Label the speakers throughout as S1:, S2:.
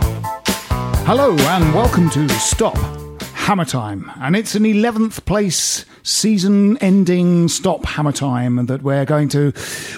S1: Hello and welcome to Stop Hammer Time. And it's an 11th place season ending Stop Hammer Time that we're going to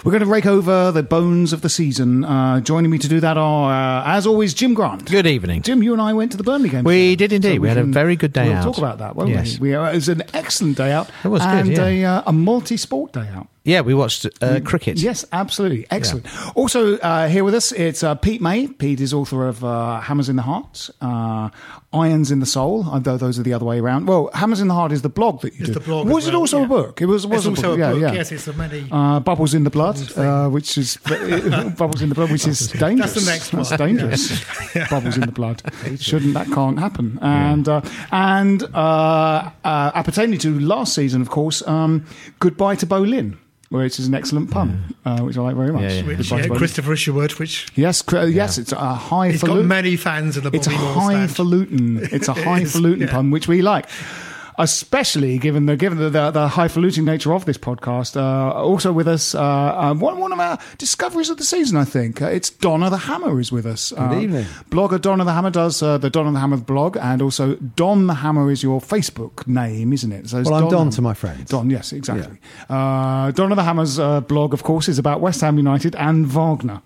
S1: we're going to rake over the bones of the season. Uh, joining me to do that are uh, as always Jim Grant.
S2: Good evening.
S1: Jim, you and I went to the Burnley game.
S2: We
S1: together.
S2: did indeed. We had a very good day
S1: we'll
S2: out.
S1: talk about that, won't
S2: Yes.
S1: we? we uh, it was an excellent day out.
S2: It was good,
S1: and
S2: yeah.
S1: a, uh, a multi-sport day out.
S2: Yeah, we watched uh, cricket.
S1: Mm, Yes, absolutely. Excellent. Also, uh, here with us, it's uh, Pete May. Pete is author of uh, Hammers in the Heart, uh, Irons in the Soul, although those are the other way around. Well, Hammers in the Heart is the blog that you do.
S3: the blog
S1: was
S3: as
S1: it
S3: well,
S1: also
S3: yeah.
S1: a book? It was, was
S3: It's also a
S1: yeah,
S3: book,
S1: yeah.
S3: yes, it's a many-
S1: Uh, Bubbles in the Blood, uh, which is. Bubbles in the Blood, which is dangerous.
S3: next
S1: That's
S3: one,
S1: dangerous. Bubbles in the Blood. Shouldn't, that can't happen. And, uh, and uh, uh, appertaining to last season, of course, um, Goodbye to Bolin. Which is an excellent pun, uh, which I like very much.
S2: Yeah, yeah.
S1: Goodbye
S3: Which,
S1: to
S3: yeah,
S1: Bolin.
S3: Christopher Isherwood, which
S1: Yes, cr- yes, it's a
S3: he's got
S1: highfalutin.
S3: many fans in the
S1: it's a
S3: Bobby Moore stand.
S1: highfalutin. It's a highfalutin pun, which we like, especially given the given the, the, the highfalutin nature of this podcast. Uh, also with us, uh, um, one one of our discoveries of the season, I think. Uh, it's Donna the Hammer is with us. Good
S2: evening.
S1: blogger Donna the Hammer does uh, the Donna the Hammer blog, and also Don the Hammer is your Facebook name, isn't it? So it's
S4: Well, I'm Don
S1: the-
S4: to my friends.
S1: Don, yes, exactly. Uh, Don of the Hammer's uh, blog, of course, is about West Ham United and Wagner,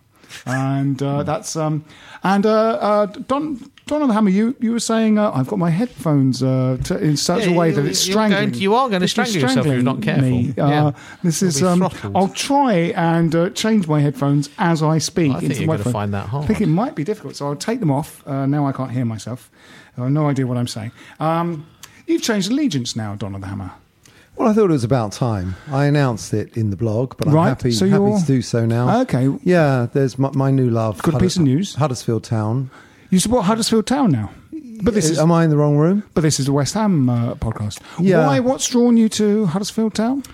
S1: and uh, that's um, and uh, uh, Don. Don of the Hammer, you, you were saying uh, I've got my headphones uh, t- in such a
S2: Yeah,
S1: way
S2: you-
S1: that it's
S2: you're going-
S1: strangling.
S2: you are gonna
S1: It's just
S2: strangle yourself if you're not
S1: strangling
S2: careful.
S1: me.
S2: Yeah.
S1: Uh, This
S2: You'll
S1: is.
S2: be
S1: Um,
S2: throttled.
S1: I'll try and uh, change my headphones as I speak.
S2: I think
S1: into the
S2: you're gonna
S1: microphone.
S2: find that hard.
S1: I think it might be difficult, so I'll take them off. Uh, now I can't hear myself. I have no idea what I'm saying. Um, you've changed allegiance now, Don of the Hammer.
S4: Well, I thought it was about time. I announced it in the blog, but I'm
S1: Right,
S4: happy,
S1: so
S4: happy
S1: you're-
S4: to do so now.
S1: Okay.
S4: Yeah, there's my, my new love.
S1: Good piece of news.
S4: Huddersfield Town. Uh,
S1: You support Huddersfield Town now, but this is
S4: Am I in the wrong room?
S1: but this is a West Ham uh, podcast.
S4: Yeah.
S1: Why? What's drawn you to Huddersfield Town?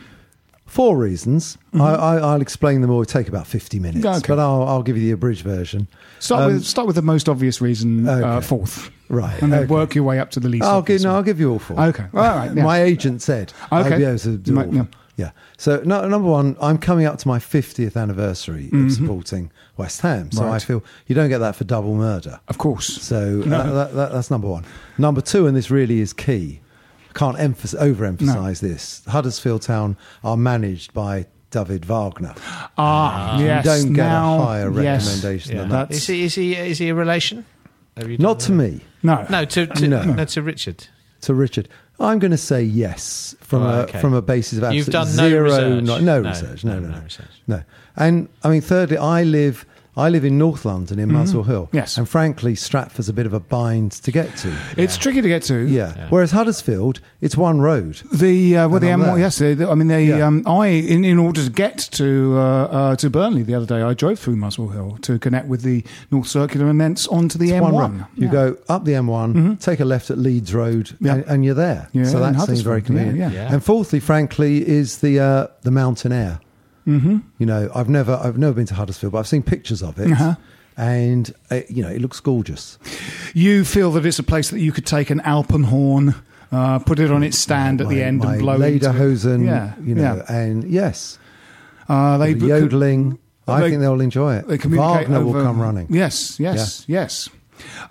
S4: Four reasons. I, I, I'll explain them all. It'll take about 50 minutes,
S1: Mm-hmm. Okay.
S4: but I'll, I'll give you the abridged version. Um,
S1: Start with start with the most obvious reason uh,
S4: Okay.
S1: fourth,
S4: Right,
S1: and then
S4: okay.
S1: work your way up to the least.
S4: I'll
S1: obvious
S4: give, Oh, no,
S1: one.
S4: I'll give you all four.
S1: Okay. All right, yeah.
S4: My agent said
S1: Okay.
S4: I'd be able to do
S1: My-
S4: all of
S1: yeah.
S4: them. Yeah. So no, number one, I'm coming up to my 50th anniversary of supporting West Ham. So
S1: Mm-hmm. Right.
S4: I feel you don't get that for double murder.
S1: Of course.
S4: So that, that, that, that's number one. Number two, and this really is key. Can't emphas overemphasize this. Huddersfield Town are managed by David Wagner.
S1: Ah, yes.
S4: you don't get
S1: now,
S4: a higher
S1: yes.
S4: recommendation
S2: Yeah.
S4: than that.
S2: Is he, is he is he a relation? Have you done
S4: Not to
S2: that?
S4: me,
S1: No,
S2: No, to, to no.
S4: No.
S2: to Richard.
S4: to Richard. I'm going to say yes from
S2: Right,
S4: a
S2: okay.
S4: from a basis of
S2: You've
S4: absolute
S2: done no
S4: zero,
S2: research.
S4: kno- no,
S2: No,
S4: research, no,
S2: no,
S4: no,
S2: no
S4: no,
S2: research.
S4: no. And I mean, thirdly, I live I live in North London
S2: Mm-hmm.
S4: in Muswell Hill.
S1: Yes.
S4: And frankly, Stratford's a bit of a bind to get to.
S1: It's tricky to get to.
S4: Yeah. Whereas Huddersfield, it's one road.
S1: The uh, well, the
S4: And I'm
S1: M1,
S4: there.
S1: yes, the, the- I mean, the
S4: Yeah.
S1: um, I in, in order to get to uh, uh, to Burnley the other day, I drove through Muswell Hill to connect with the North Circular and thence onto the
S4: It's
S1: M1.
S4: one road. You
S1: Yeah. Mm-hmm.
S4: go up the M1, take a left at Leeds Road,
S1: Yeah.
S4: and, and you're there.
S1: Yeah,
S4: so
S1: in
S4: that seems
S1: Huddersfield.
S4: very
S1: Yeah,
S4: convenient.
S1: yeah.
S4: And fourthly, frankly, is the uh, the mountain air. Mm-hmm. You know, I've never I've never been to Huddersfield, but I've seen pictures of it,
S1: Uh-huh.
S4: and uh you know, it looks gorgeous.
S1: You feel that it's a place that you could take an Alpenhorn, uh, put it on its stand at
S4: My-
S1: the end,
S4: my
S1: and blow
S4: Lederhosen,
S1: into it. Yeah,
S4: you know,
S1: yeah.
S4: and yes,
S1: Uh, they
S4: the yodeling. I
S1: they-
S4: think they'll enjoy it.
S1: They communicate
S4: Wagner
S1: over-
S4: will come running.
S1: Yes, yes, yes.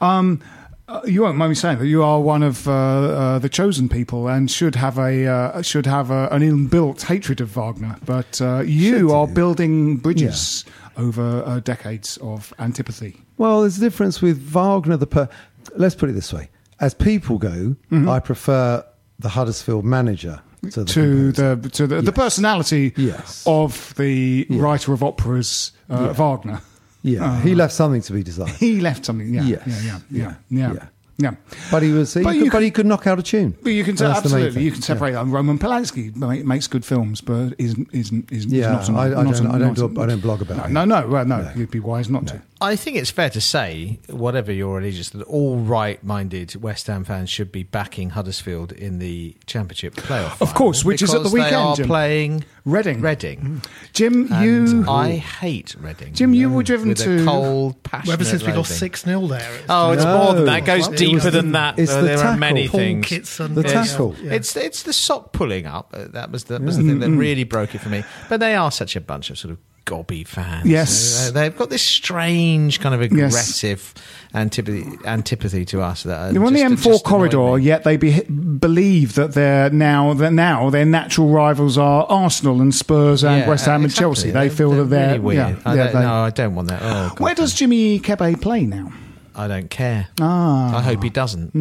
S1: Um, uh, you won't mind me saying that you are one of uh, uh, the chosen people and should have a uh, should have a, an inbuilt hatred of Wagner. But uh, you
S4: Should
S1: are
S4: do.
S1: building bridges over uh, decades of antipathy.
S4: Well, there's a difference with Wagner. The per- let's put it this way: as people go,
S1: Mm-hmm.
S4: I prefer the Huddersfield manager to
S1: to
S4: the composer.
S1: the to the, the personality
S4: Yes.
S1: of the writer of operas, uh, Wagner.
S4: yeah.
S1: Ah.
S4: he left something to be desired,
S1: He left something. Yeah,
S4: Yes.
S1: yeah, yeah, yeah,
S4: Yeah.
S1: yeah, yeah.
S4: Yeah. but he was. He
S1: But
S4: could,
S1: you
S4: but
S1: could-
S4: he could knock out a tune.
S1: But you can
S4: And that's the main
S1: absolutely
S4: thing.
S1: you can separate that. Roman Polanski ma- makes good films, but isn't isn't isn't
S4: Yeah,
S1: not an,
S4: I- I
S1: not
S4: don't-
S1: an-
S4: I don't
S1: not
S4: do-
S1: an-
S4: I don't blog about
S1: no,
S4: it.
S1: no no well, no, You'd be wise not to.
S2: I think it's fair to say, whatever your religious, that all right-minded West Ham fans should be backing Huddersfield in the Championship playoff.
S1: Of
S2: final
S1: course, which is at the
S2: because
S1: weekend,
S2: They are
S1: Jim.
S2: playing
S1: Reading. Mm.
S2: Reading.
S1: Jim,
S2: And
S1: you
S2: I hate Reading.
S1: Jim, you were driven
S2: with
S1: to-
S2: a cold, passionate.
S3: Well, ever since we lost
S2: loathing.
S3: 6 0 there. It's
S5: Oh, it's
S4: No.
S5: more than that. It goes
S4: It was
S5: deeper
S4: the-
S5: than that.
S4: it's
S5: though.
S4: the
S5: there are many
S4: tackle.
S5: things.
S3: Kits and
S4: The
S3: yeah.
S4: tackle.
S3: Yeah.
S2: It's it's the sock pulling up. Uh, That was the, was the thing that really broke it for me. But they are such a bunch of sort of gobby fans.
S1: Yes.
S2: Uh, they've got this strange kind of
S1: Yes.
S2: aggressive antipathy antipathy to us. That uh,
S1: They're on the
S2: just-
S1: M4
S2: just annoyed
S1: corridor,
S2: me.
S1: yet they be, believe that they're now that now their natural rivals are Arsenal and Spurs and
S2: Yeah,
S1: West Ham
S2: exactly.
S1: and Chelsea. They
S2: They're-
S1: feel
S2: they're
S1: that they're
S2: really weird.
S1: yeah,
S2: I
S1: yeah,
S2: don't,
S1: they-
S2: no, I don't want that. Oh, God.
S1: Where does Jimmy Kebe play now?
S2: I don't care.
S1: Ah.
S2: I hope he doesn't.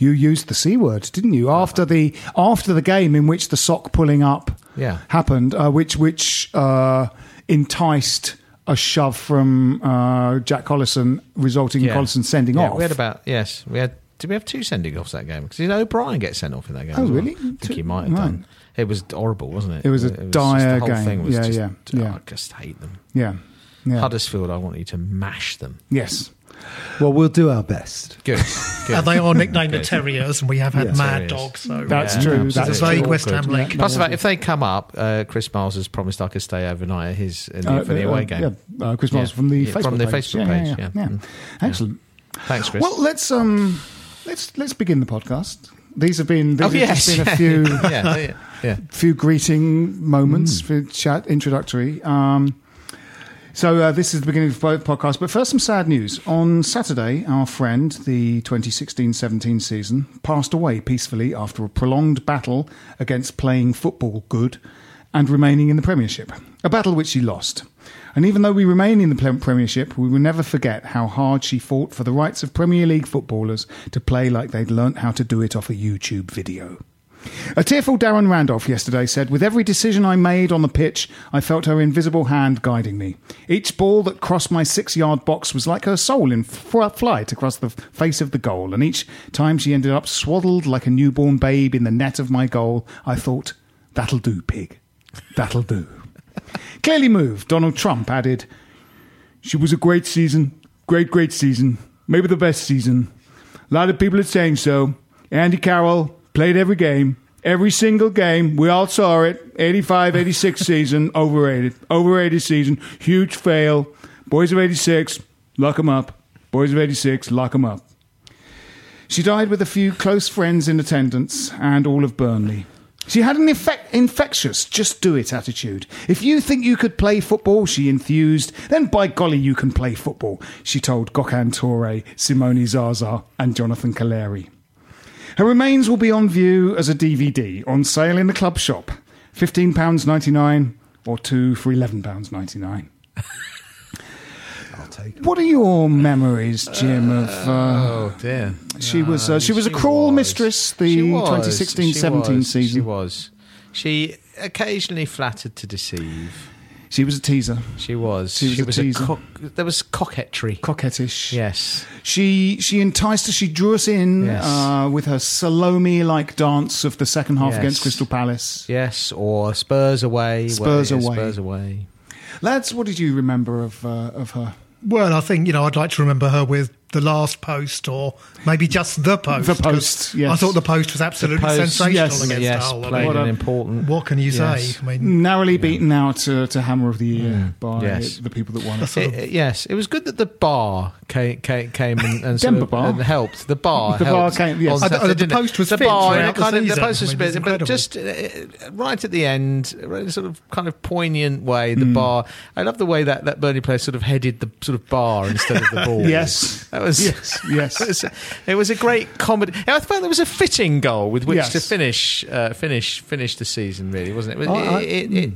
S1: You used the c word, didn't you? After the after the game in which the sock pulling up
S2: Yeah.
S1: happened, uh, which which uh, enticed a shove from uh, Jack Collison, resulting in Collison sending
S2: Yeah,
S1: off.
S2: We had about yes, we had. Did we have two sending offs that game? Because you know O'Brien gets sent off in that game.
S1: Oh,
S2: as well.
S1: really?
S2: I think
S1: Two-
S2: he might have
S1: right.
S2: done. It was horrible, wasn't it?
S1: It was a
S2: just-
S1: dire
S2: the whole
S1: game.
S2: Thing was
S1: Yeah,
S2: just,
S1: yeah,
S2: oh,
S1: yeah.
S2: I just hate them.
S1: yeah, yeah.
S2: Huddersfield, I want you to mash them.
S1: yes.
S4: Well, we'll do our best.
S2: Good.
S3: And
S2: Good.
S3: they are nicknamed the Terriers, and we have had Mad
S2: Terriers.
S3: Dog, so
S1: That's
S2: Yeah,
S1: true.
S2: absolutely.
S1: That's
S3: It's a
S1: true.
S3: vague West Ham
S1: Awkward.
S3: link.
S1: Yeah, no,
S2: Plus, if,
S1: that's-
S2: I- if they come up, uh, Chris Miles has promised I could stay overnight at his in the,
S1: uh,
S2: for the away
S1: uh,
S2: game.
S1: Yeah, uh, Chris Miles
S2: Yeah.
S1: from the
S2: Yeah,
S1: Facebook
S2: from the
S1: page.
S2: Facebook
S1: yeah,
S2: page. Mm.
S1: yeah, yeah, yeah. Excellent.
S2: Thanks, Chris.
S1: Well, let's um, let's let's begin the podcast. These have been these
S2: oh
S1: have
S2: yes,
S1: just been a few
S2: yeah, yeah, yeah.
S1: few greeting moments for chat introductory. Um, so uh, this is the beginning of the podcast, but first some sad news. On Saturday, our friend, the 2016-17 season, passed away peacefully after a prolonged battle against playing football good and remaining in the Premiership. A battle which she lost. And even though we remain in the Prem- Premiership, we will never forget how hard she fought for the rights of Premier League footballers to play like they'd learnt how to do it off a YouTube video. A tearful Darren Randolph yesterday said, With every decision I made on the pitch, I felt her invisible hand guiding me. Each ball that crossed my six yard box was like her soul in f- flight across the face of the goal, and each time she ended up swaddled like a newborn babe in the net of my goal, I thought, That'll do, pig. That'll do. Clearly moved, Donald Trump added, She was a great season. Great, great season. Maybe the best season. A lot of people are saying so. Andy Carroll played every game, every single game. We all saw it. 85, 86 season, overrated. Overrated season, huge fail. Boys of 86, lock 'em up. Boys of 86, lock 'em up. She died with a few close friends in attendance and all of Burnley. She had an effect, infectious, just do it attitude. If you think you could play football, she enthused, then by golly, you can play football, she told Gokhan Torre, Simone Zaza, and Jonathan Caleri. Her remains will be on view as a DVD on sale in the club shop, £15.99 or two for £11.99.
S4: I'll take. it.
S1: What are your memories, Jim, of. Uh,
S2: Oh dear.
S1: She was uh, she was a cruel
S2: was.
S1: mistress the
S2: She was.
S1: 2016
S2: She
S1: 17
S2: was. She
S1: season.
S2: was. She occasionally flattered to deceive.
S1: She was a teaser.
S2: She was.
S1: She was a teaser.
S2: cock, there was coquetry.
S1: Coquettish.
S2: Yes.
S1: She she enticed us. She drew us in
S2: Yes.
S1: uh, with her Salome-like dance of the second half
S2: Yes.
S1: against Crystal Palace.
S2: Yes, or Spurs away.
S1: Spurs
S2: Well, yeah,
S1: away.
S2: Spurs away.
S1: Lads, what did you remember of uh, of her?
S3: Well, I think you know I'd like to remember her with the last post, or maybe just the post.
S1: The post,
S3: 'cause
S1: yes.
S3: I thought the post was absolutely
S2: Post,
S3: sensational
S1: yes,
S3: against
S2: yes,
S3: Hull. I
S2: played
S3: mean,
S2: an important.
S3: what can you
S2: Yes.
S3: say? I mean,
S1: Narrowly beaten out to, to Hammer of the Year by
S2: Yes.
S1: the people that won. it.
S3: sort
S2: It-
S3: of-
S2: it- yes, it was good that the bar came came, came and, and, sort
S1: Denver
S2: of-
S1: bar.
S2: and helped. The bar,
S1: The bar
S2: helped
S1: came, yes.
S2: on
S1: Uh,
S3: the-
S2: Saturday,
S3: the
S2: didn't it?
S3: post was
S2: the
S3: fit
S2: bar,
S3: throughout the
S2: kind of, the
S3: season.
S2: post was
S3: I mean, it's
S2: fit, but
S3: incredible.
S2: just uh, right at the end, right in a sort of kind of poignant way. The bar. I love the way that that Burnley player sort of headed the sort of bar instead of the ball.
S1: Yes.
S2: that was
S1: Yes, yes.
S2: It was, it was a great comedy. And I felt it was a fitting goal with which
S1: Yes.
S2: to finish uh, finish finish the season. Really, wasn't it? It-
S4: I-
S2: it- it-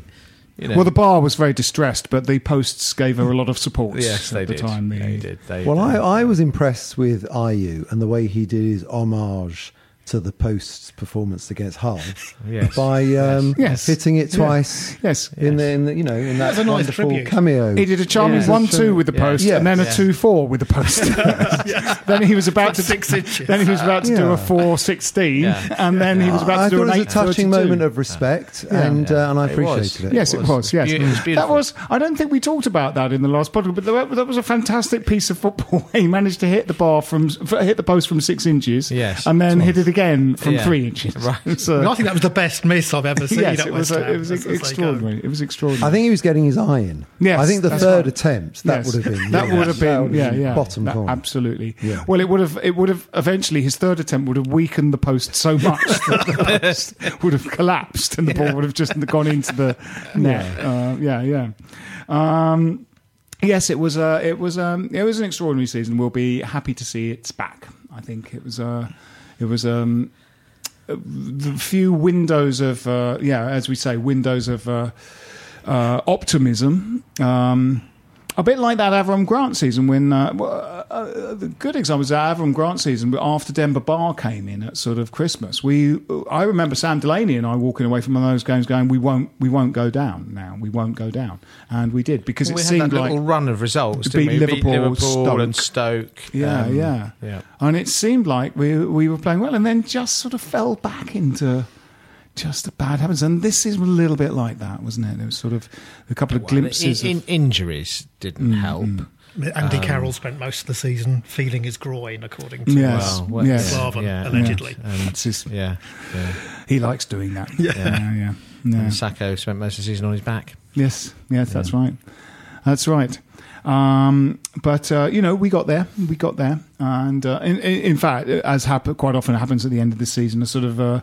S2: you know.
S1: Well, the bar was very distressed, but the posts gave her a lot of support.
S2: yes, they
S1: at the
S2: did.
S1: time. The-
S2: They did. They
S4: Well,
S2: did.
S4: I, I was impressed with IU and the way he did his homage to the post's performance against Hull
S2: Yes.
S4: by um,
S1: Yes.
S4: hitting it
S1: Yeah.
S4: twice
S1: Yes.
S4: in the in the, you know in that
S3: was a nice
S4: wonderful
S3: tribute.
S4: cameo.
S1: He did a charming
S2: Yeah.
S1: one-two with the post,
S4: Yeah.
S1: and then a
S2: Yeah.
S1: two-four with the post. Then he was about to
S3: Six inches.
S1: Then he was about to do
S4: Yeah.
S1: a four-sixteen,
S2: Yeah.
S1: and then he was about to
S4: I
S1: do
S4: thought
S1: an
S4: it was a
S1: eight.
S4: touching moment of respect, and Uh, and I
S2: It was.
S4: appreciated it.
S1: Yes, it
S2: was.
S1: was. Yes,
S2: It was beautiful.
S1: that was. I don't think we talked about that in the last podcast, but that, that was a fantastic piece of football. he managed to hit the bar from hit the post from six inches,
S2: Yes,
S1: and then
S2: it
S1: hit it again from
S2: Yeah.
S1: three inches.
S2: Right.
S1: So,
S3: I think that was the best miss I've ever seen.
S1: yes,
S3: at
S1: it was.
S3: West
S1: A,
S3: Ham,
S1: it was
S3: as
S2: um,
S3: they go.
S1: extraordinary. It was extraordinary.
S4: I think he was getting his eye in.
S1: Yes,
S4: I think the
S1: that's
S4: third
S1: right.
S4: attempt that
S1: Yes.
S4: would have been
S1: that
S4: yeah,
S1: would have
S4: that
S1: been
S4: would
S1: yeah
S4: been
S1: yeah
S4: bottom
S1: That-
S4: corner.
S1: absolutely
S4: Yeah.
S1: well it would have it would have eventually his third attempt would have weakened the post so much that the post would have collapsed and the ball would have just gone into the net yeah uh, yeah, yeah. Um, yes it was uh, it was um, it was an extraordinary season we'll be happy to see it's back I think it was uh, it was um, the few windows of uh, yeah, as we say, windows of uh, uh, optimism. Um, a bit like that Avram Grant season when uh, well, uh, uh, the good example is that Avram Grant season but after Denver Bar came in at sort of Christmas. We uh, I remember Sam Delaney and I walking away from one of those games going we won't we won't go down now we won't go down and we did because
S2: Well,
S1: it
S2: we had
S1: seemed
S2: that
S1: like
S2: little run of results. Didn't
S1: beat
S2: we?
S1: Liverpool, Stoke.
S2: and Stoke.
S1: yeah,
S2: um,
S1: yeah,
S2: yeah.
S1: And it seemed like we we were playing well, and then just sort of fell back into just the bad habits. And this is a little bit like that, wasn't it? There was sort of a couple of glimpses.
S2: In, in,
S1: of,
S2: injuries didn't help.
S1: Uh,
S3: Andy Carroll spent most of the season feeling his groin, according to
S1: Yes.
S3: uh,
S2: Well, Oh, well,
S1: yes.
S3: Slaven,
S2: yeah,
S3: allegedly.
S1: It's his-
S2: Yeah, yeah.
S1: he likes doing that. Yeah, yeah, yeah. yeah.
S2: And Sacco spent most of the season on his back.
S1: Yes, yes, that's right. That's right. Um, but uh, you know, we got there. We got there, and uh, in, in in fact, as happen, quite often happens at the end of the season, a sort of uh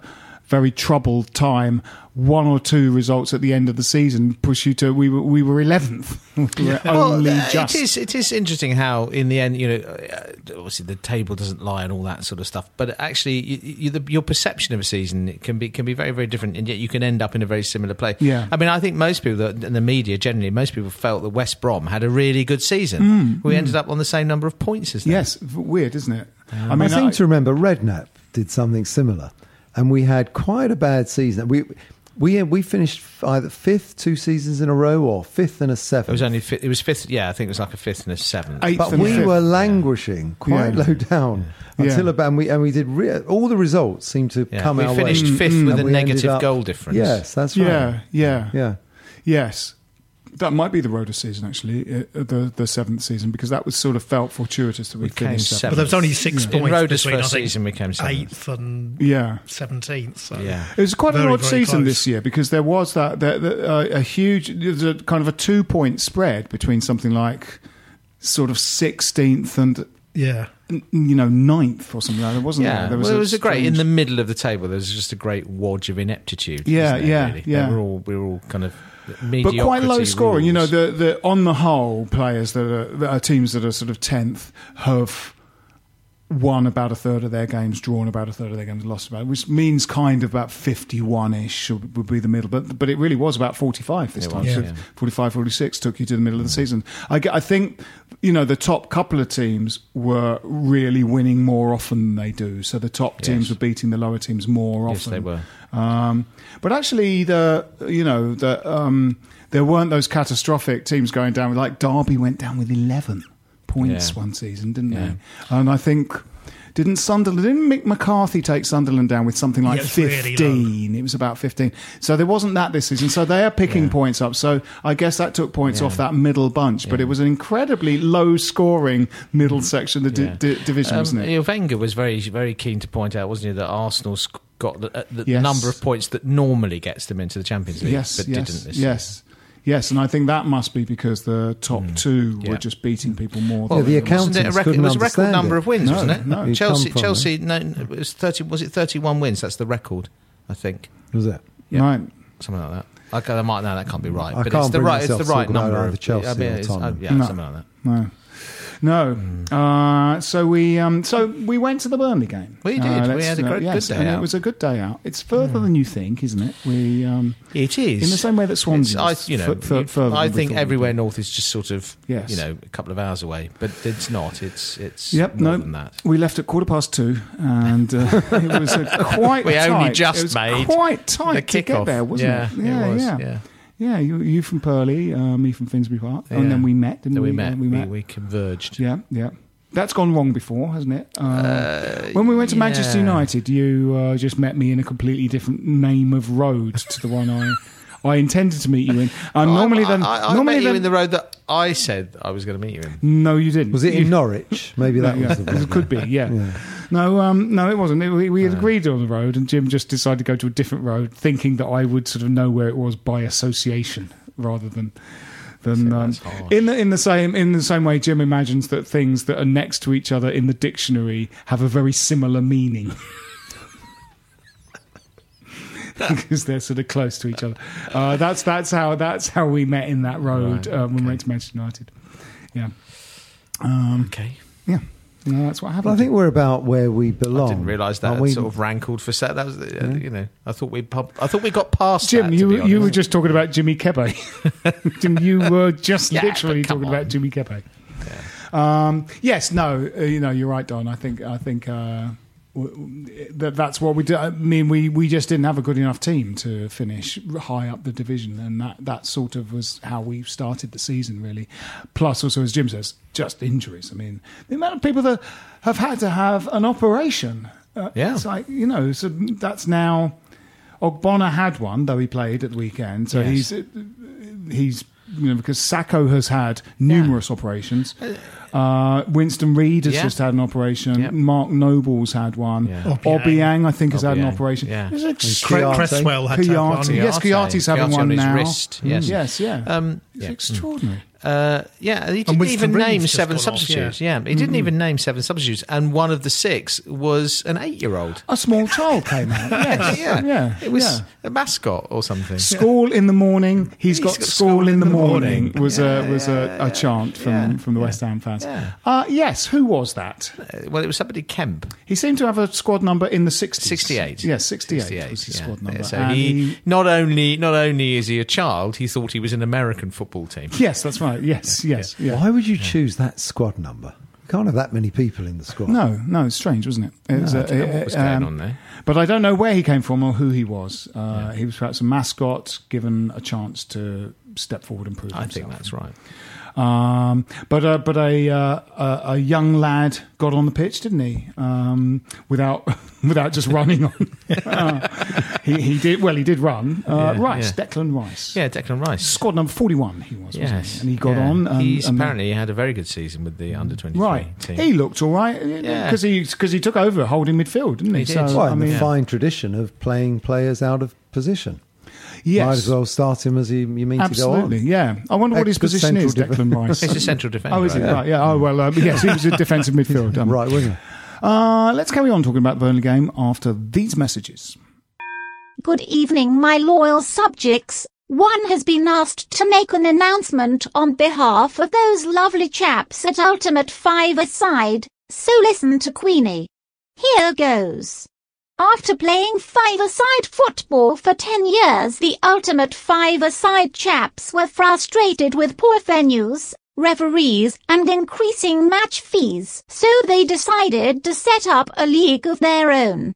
S1: very troubled time. One or two results at the end of the season push you to. We were we were eleventh. we were only
S2: uh,
S1: just.
S2: It is, it is interesting how, in the end, you know, uh, obviously the table doesn't lie and all that sort of stuff, but actually, you, you, the, your perception of a season can be can be very, very different, and yet you can end up in a very similar place.
S1: Yeah.
S2: I mean, I think most people that, in the media generally, most people felt that West Brom had a really good
S1: Hmm.
S2: season. we ended up on the same number of points as them.
S1: Yes, v- weird, isn't it?
S4: I, seem to remember Redknapp did something similar, and we had quite a bad season. We we we finished either fifth two seasons in a row or fifth and
S2: It
S4: a
S2: was
S4: seventh.
S2: only fi- it was fifth. Yeah, I think it was like a fifth and a seventh.
S1: Eight-
S4: But
S1: Fifth and
S4: we
S1: fifth.
S4: were languishing quite
S1: Yeah.
S4: low down
S1: Yeah.
S4: until about and we and we did re- all the results seemed to
S2: Yeah.
S4: come
S2: we
S4: our
S2: finished
S4: way.
S2: fifth
S4: And
S2: with a
S4: we ended
S2: negative
S4: up-
S2: goal difference.
S4: Yes, that's right.
S1: yeah, yeah,
S4: yeah.
S1: Yes, that might be the Rhoda season actually, uh, the the seventh season, because that was sort of felt fortuitous that we,
S2: We came
S1: finished
S2: seventh.
S3: But there was only six
S2: In
S3: points
S2: Roda's
S3: between, I
S2: first
S3: think,
S2: season, we came seventh.
S3: eighth and
S1: Yeah,
S3: seventeenth. So
S2: Yeah.
S1: It was quite an
S3: Very,
S1: odd
S3: very
S1: season
S3: close.
S1: this year because there was that, that, that uh, a huge, there's a kind of a two point spread between something like sort of 16th and,
S3: yeah.
S1: n- you know, 9th or something like that, wasn't
S2: Yeah,
S1: there? there
S2: well, it was a great in the
S1: strange-
S2: middle of the table. There was just a great wodge of ineptitude.
S1: Yeah,
S2: wasn't there,
S1: yeah,
S2: really?
S1: yeah.
S2: They were all we were all kind of
S1: But
S2: mediocrity
S1: quite low scoring, you know.
S2: rules.
S1: The, the on the whole, players that are, that are teams that are sort of tenth have won about a third of their games, drawn about a third of their games, lost about, which means kind of about 51 ish would be the middle. But but it really was about 45 this
S2: It
S1: time.
S2: was,
S1: So
S2: yeah.
S1: 45, 46 took you to the middle of the season. I, g- I think, you know, the top couple of teams were really winning more often than they do. So the top teams
S2: Yes.
S1: were beating the lower teams more
S2: Yes,
S1: often.
S2: they were.
S1: Um, but actually, the you know the um, there weren't those catastrophic teams going down. Like Derby went down with eleven points
S2: Yeah.
S1: one season, didn't
S2: Yeah.
S1: they? And I think didn't Sunderland didn't Mick McCarthy take Sunderland down with something like
S3: Yeah, it's really
S1: fifteen? it was about fifteen. So there wasn't that this season. So they are picking points up. So I guess that took points
S2: Yeah.
S1: off that middle bunch. But
S2: Yeah. Mm.
S1: it was an incredibly low scoring middle section of the
S2: Yeah.
S1: di- di- division,
S2: Um,
S1: wasn't it?
S2: yeah, Wenger was very, very keen to point out, wasn't he, that Arsenal sc- got the, uh, the
S1: Yes.
S2: number of points that normally gets them into the Champions League,
S1: Yes,
S2: but
S1: yes,
S2: didn't this year.
S1: yes, yes, and I think that must be because the top two
S2: Hmm. Yeah.
S1: were just beating people more.
S4: Well,
S1: than
S4: the
S1: anyone else.
S4: accountants
S2: Wasn't it, a record,
S4: couldn't
S2: it was a record
S4: understand
S2: number
S4: it.
S2: of wins,
S1: No,
S2: wasn't it?
S1: no.
S4: You'd
S2: Chelsea,
S4: come from,
S2: Chelsea, no, it was thirty. Was it thirty-one wins? That's the record, I think,
S4: Was it?
S2: Yeah.
S1: Right.
S2: something like that. I ca- I might no, that can't be right,
S4: I
S2: but it's
S4: can't
S2: the
S4: bring
S2: right, it's
S4: myself
S2: the
S4: to
S2: right
S4: talk about
S2: number.
S4: either
S2: of,
S4: Chelsea
S2: I
S4: or
S2: mean, it's, uh,
S4: Tottenham.
S2: yeah,
S1: No.
S2: something like that.
S1: No. No.
S2: Hmm.
S1: Uh, so we um, so we went to the Burnley game.
S2: We did.
S1: Uh,
S2: We
S1: let's-
S2: had a
S1: uh,
S2: great-
S1: yes,
S2: good day
S1: and It
S2: out. Hmm.
S1: was a good day out. It's further than you think, isn't it? We um,
S2: It is
S1: In the same way that Swansea
S2: It's-
S1: is
S2: I, you know,
S1: fu- fu-
S2: you-
S1: further
S2: I
S1: than we
S2: think
S1: thought we'd
S2: everywhere
S1: be.
S2: north is just sort of
S1: Yes.
S2: you know a couple of hours away, but it's not. It's it's
S1: Yep,
S2: more
S1: no.
S2: than that.
S1: We left at quarter past two, and uh, it was a quite.
S2: We
S1: tight,
S2: only just
S1: it was
S2: made
S1: quite tight
S2: the
S1: to get
S2: kickoff.
S1: there, wasn't
S2: Yeah,
S1: it?
S2: it was, yeah.
S1: Yeah, you, you from Purley, uh, me from Finsbury Park, and then we met, didn't
S2: Then
S1: we?
S2: we met.
S1: We met.
S2: We, we converged.
S1: Yeah, yeah. That's gone wrong before, hasn't it? Uh, when we went to Manchester
S2: yeah.
S1: United, you uh, just met me in a completely different name of road to the one I I intended to meet you in. And normally,
S2: I,
S1: then
S2: I, I
S1: normally
S2: met
S1: then,
S2: you in the road that I said I was going to meet you in.
S1: no, you didn't.
S4: Was it
S1: You-
S4: in Norwich? Maybe that
S1: yeah,
S4: was the problem.
S1: it could be, yeah. No, um, no, it wasn't. It- we we had agreed on the road, and Jim just decided to go to a different road, thinking that I would sort of know where it was by association rather than than um,
S2: that's harsh.
S1: in the in the same in the same way. Jim imagines that things that are next to each other in the dictionary have a very similar meaning. because they're sort of close to each other. Uh, that's that's how that's how we met in that road
S2: Right,
S1: uh, when we went to Manchester United. Yeah,
S2: Okay.
S1: yeah. No, that's what happened.
S4: Well, I think we're about where we belong.
S1: Oh,
S2: I didn't realise
S4: Aren't
S2: that
S4: we-
S2: had sort of rankled for set. That was, the- uh, you know, I thought we, pub- I thought we got past.
S1: Jim,
S2: that, to
S1: you
S2: be
S1: you were
S2: honest.
S1: just talking about Jimmy Kebe. Jim, you were just
S2: Yeah,
S1: literally
S2: but come
S1: talking about
S2: on.
S1: Jimmy Kebe. Um, yes, no, uh, you know, you're right, Don. I think I think uh, w- w- that that's what we did. I mean, we we just didn't have a good enough team to finish high up the division, and that that sort of was how we started the season, really. Plus, also as Jim says, just injuries. I mean, the amount of people that have had to have an operation. Uh,
S2: Yeah.
S1: it's like you know, so that's now. Ogbonna had one, though he played at the weekend. So
S2: Yes.
S1: he's he's you know because Sacco has had numerous operations. Uh, Winston Reed has
S2: Yeah.
S1: just had an operation.
S2: Yep.
S1: Mark Noble's had one.
S2: Yeah.
S1: Obiang, I think, has had an
S2: Obiang,
S1: operation.
S2: yeah.
S1: There's
S4: Kri-
S1: extra-
S4: Kri-
S3: Cresswell had to have
S1: Kuyati.
S3: one.
S1: Yes, Kuyati's having
S2: Kuyati on
S1: one
S2: his
S1: now.
S2: wrist, yes.
S1: Mm. yes, yeah.
S2: Um,
S1: it's
S2: yeah.
S1: extraordinary.
S2: Uh, yeah, he didn't
S3: Winston
S2: even
S3: Reed's
S2: name
S3: just
S2: seven
S3: gone off,
S2: substitutes. yeah. he
S1: Mm-hmm.
S2: didn't even name seven substitutes, and one of the six was an eight-year-old.
S1: A small child came out. Yes, yeah, Ah, yeah.
S2: it was a mascot or something.
S1: School in the morning. he's
S2: He's
S1: got,
S2: got
S1: school, in the morning. Was a was a, a chant from
S2: yeah,
S1: from the West Ham fans.
S2: yeah.
S1: Uh, yes, who was that?
S2: Uh, Well, it was somebody Kemp,
S1: He seemed to have a squad number in the 60s.
S2: sixty-eight.
S1: Yeah, 68, was
S2: 68,
S1: his
S2: yeah.
S1: squad number.
S2: So
S1: And
S2: he,
S1: he-
S2: not only not only is he a child, he thought he was an American football team.
S1: yes, that's right. Yes, yes, yeah.
S4: Why would you choose that squad number? You can't have that many people in the squad.
S1: No, no, it's strange, wasn't it? It was,
S2: I don't know
S1: uh,
S2: what was
S1: uh,
S2: going
S1: um,
S2: on there.
S1: But I don't know where he came from or who he was. Uh, He was perhaps a mascot given a chance to step forward and prove
S2: I
S1: himself.
S2: think that's right.
S1: Um, but uh, but a, uh, a a young lad got on the pitch, didn't he? Um, without without just running on. he, he did well. He did run. Uh,
S2: Yeah,
S1: Rice,
S2: yeah.
S1: Declan Rice.
S2: Yeah, Declan Rice.
S1: Squad number forty-one. He was. Wasn't
S2: Yes,
S1: he? And he got
S2: yeah.
S1: on. And,
S2: He's
S1: and-
S2: apparently had a very good season with the under twenty-three
S1: right.
S2: team.
S1: He looked all right
S2: Yeah.
S1: because he because he took over holding midfield, didn't he?
S2: He did.
S1: So
S4: Well,
S1: I
S4: in
S1: mean,
S4: the fine tradition of playing players out of position. Might
S1: yes,
S4: as well start him as he, you mean
S1: absolutely.
S4: to go
S1: Yeah.
S4: on.
S1: I wonder what his
S4: Expert
S1: position
S4: central
S1: is, Declan Rice.
S2: He's a central defender.
S1: Oh, is it?
S2: right?
S1: Right, yeah. Oh, well, um, yes, he was a defensive midfielder. Um,
S4: Right winger.
S1: Uh, let's carry on talking about Burnley game after these messages.
S5: Good evening, my loyal subjects. One has been asked to make an announcement on behalf of those lovely chaps at Ultimate Five Aside. So listen to Queenie. Here goes. After playing five-a-side football for 10 years, the ultimate five-a-side chaps were frustrated with poor venues, referees, and increasing match fees, so they decided to set up a league of their own.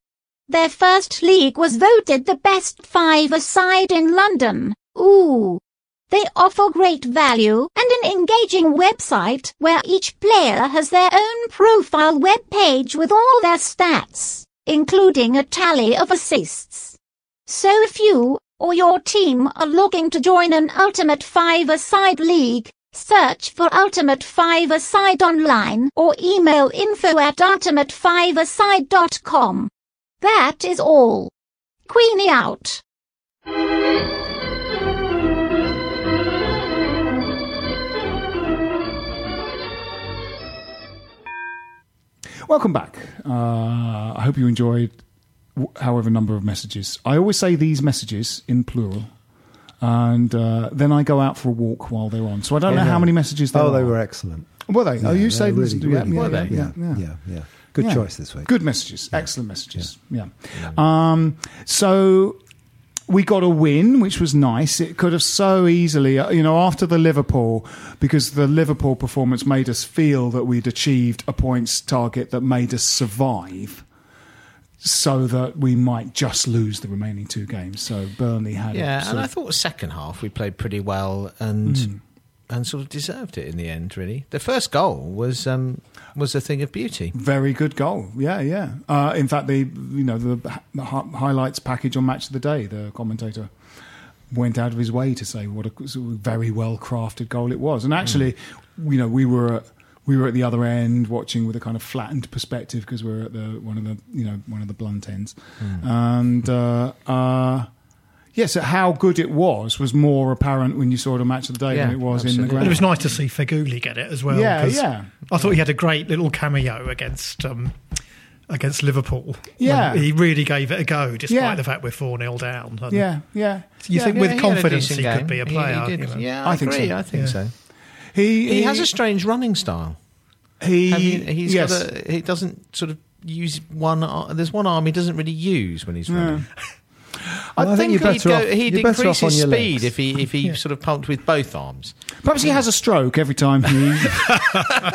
S5: Their first league was voted the best five-a-side in London. Ooh. They offer great value and an engaging website where each player has their own profile webpage with all their stats, including a tally of assists. So if you or your team are looking to join an Ultimate Five-a-Side League, search for Ultimate Five-a-Side online or email info at ultimatefiveaside.com. That is all. Queenie out.
S1: Welcome back. Uh, I hope you enjoyed w- however number of messages. I always say these messages in plural, and uh, then I go out for a walk while they're on. So I don't know how many messages there
S4: Oh,
S1: are.
S4: they were excellent.
S1: Were they?
S4: Yeah,
S1: oh, you
S4: they're
S1: say
S4: really
S1: listen to
S4: good.
S1: yeah,
S4: Were
S1: yeah,
S4: they?
S1: Yeah, yeah,
S4: Yeah, yeah, yeah. Good
S1: Yeah.
S4: choice this week.
S1: Good messages, excellent messages. Yeah. Um, so we got a win, which was nice. It could have so easily, uh, you know, after the Liverpool, because the Liverpool performance made us feel that we'd achieved a points target that made us survive. So that we might just lose the remaining two games. So Burnley had
S2: Yeah,
S1: it.
S2: and I thought the second half we played pretty well and and sort of deserved it in the end. Really, the first goal was um, was a thing of beauty.
S1: Very good goal. Yeah, yeah. Uh, in fact, the you know the hi- highlights package on Match of the Day, the commentator went out of his way to say what a sort of very well crafted goal it was. And actually,
S2: Mm.
S1: you know, we were at, we were at the other end watching with a kind of flattened perspective because we are at the one of the you know one of the blunt ends.
S2: Mm.
S1: And uh, uh, yeah, so how good it was was more apparent when you saw it on Match of the Day
S2: Yeah,
S1: than it was in
S2: absolutely.
S1: the ground.
S3: But it was nice to see Figuli get it as well.
S1: Yeah,
S3: 'cause
S1: yeah.
S3: I thought he had a great little cameo against um, against Liverpool.
S1: Yeah.
S3: he really gave it a go, despite
S1: Yeah.
S3: the fact we're four 0 down. And
S1: yeah, yeah.
S3: you
S1: yeah.
S3: think
S2: Yeah,
S3: with
S2: he had a
S3: confidence
S2: decent
S3: he could
S2: game.
S3: be a
S2: He- he
S3: player.
S2: did-
S3: you know.
S2: Yeah,
S1: I
S2: I,
S1: think
S2: agree.
S1: so.
S2: I think
S1: Yeah.
S2: so.
S1: he,
S2: He has a strange running style.
S1: he
S2: Have you, he's
S1: yes.
S2: got a, he doesn't sort of use one. ar- There's one arm he doesn't really use when he's running.
S4: Well, I think you're
S2: he'd,
S4: better
S2: go,
S4: off-
S2: he'd
S4: you're better
S2: increase
S4: off on
S2: his
S4: your
S2: speed
S4: legs.
S2: if he if he sort of pumped with both arms.
S1: Perhaps he has a stroke every time he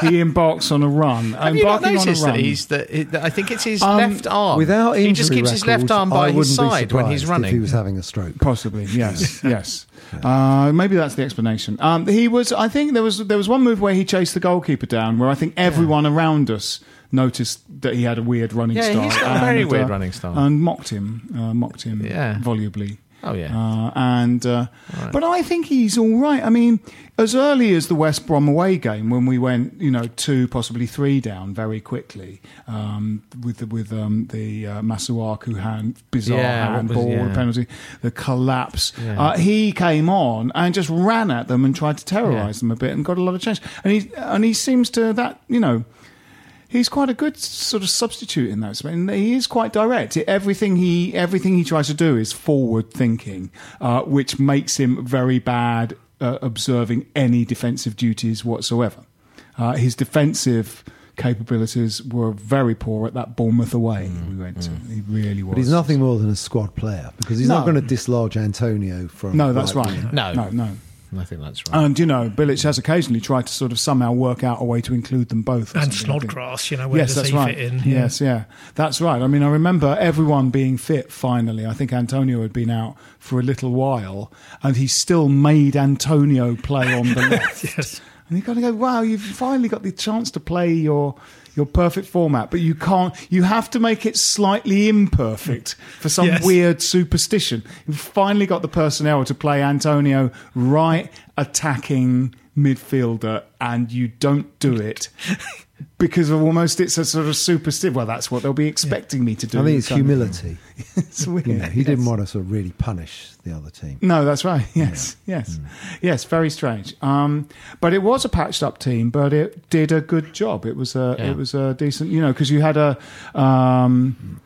S1: he embarks on a run.
S2: Have you not
S1: Embarking on a
S2: noticed
S1: run.
S2: that he's that, he- that I think it's his
S1: Um,
S2: left arm.
S4: Without
S2: he just
S4: injury
S2: keeps his left
S4: records,
S2: arm by
S4: I
S2: his
S4: wouldn't be
S2: side when he's
S4: surprised If he
S2: running.
S4: was having a stroke.
S1: Possibly, yes, yes. Uh, maybe that's the explanation. Um, he was. I think there was there was one move where he chased the goalkeeper down, where I think everyone around us noticed that he had a weird running
S2: Yeah,
S1: style. uh,
S2: he's got a very weird running style.
S1: and mocked him, uh, mocked him
S2: Yeah.
S1: volubly.
S2: Oh, yeah.
S1: uh, and uh, but I think he's all right. I mean, as early as the West Brom away game when we went, you know, two possibly three down very quickly um, with the, with um, the uh, Masuaku hand bizarre
S2: Yeah, what was-
S1: handball
S2: yeah.
S1: penalty penalty, the collapse.
S2: Yeah.
S1: Uh, he came on and just ran at them and tried to terrorise
S2: Yeah.
S1: them a bit and got a lot of change. And he and he seems to that you know. He's quite a good sort of substitute in that space. And he is quite direct. Everything he everything he tries to do is forward thinking, uh, which makes him very bad uh, observing any defensive duties whatsoever. Uh, his defensive capabilities were very poor at that Bournemouth away we went to.
S2: Mm.
S1: He really was.
S4: But he's nothing more than a squad player because he's
S1: No.
S4: not going to dislodge Antonio from.
S1: No, that's
S4: right
S1: right.
S4: wing.
S2: No.
S1: no, no.
S2: I think that's right.
S1: And you know, Bilic has occasionally tried to sort of somehow work out a way to include them both. or
S3: And
S1: something, I think.
S3: Snodgrass, you know, where
S1: yes,
S3: does
S1: that's
S3: he
S1: right.
S3: fit in?
S1: Yes, yeah, that's right. I mean, I remember everyone being fit finally. I think Antonio had been out for a little while, and he still made Antonio play on the left.
S3: Yes.
S1: And you kind of go, wow, you've finally got the chance to play your your perfect format, but you can't. You have to make it slightly imperfect for some
S3: Yes.
S1: weird superstition. You've finally got the personnel to play Antonio right attacking midfielder, and you don't do it. Because of almost it's a sort of superstition. Well, that's what they'll be expecting me to do.
S4: I think it's
S1: kind of thing.
S4: humility.
S1: It's weird.
S4: You know, he
S1: yes.
S4: didn't want to sort of really punish the other team.
S1: No, that's right. Yes, yes, yes. Very strange. Um, but it was a patched up team, but it did a good job. It was a,
S2: Yeah.
S1: it was a decent, you know, because you had a. Um,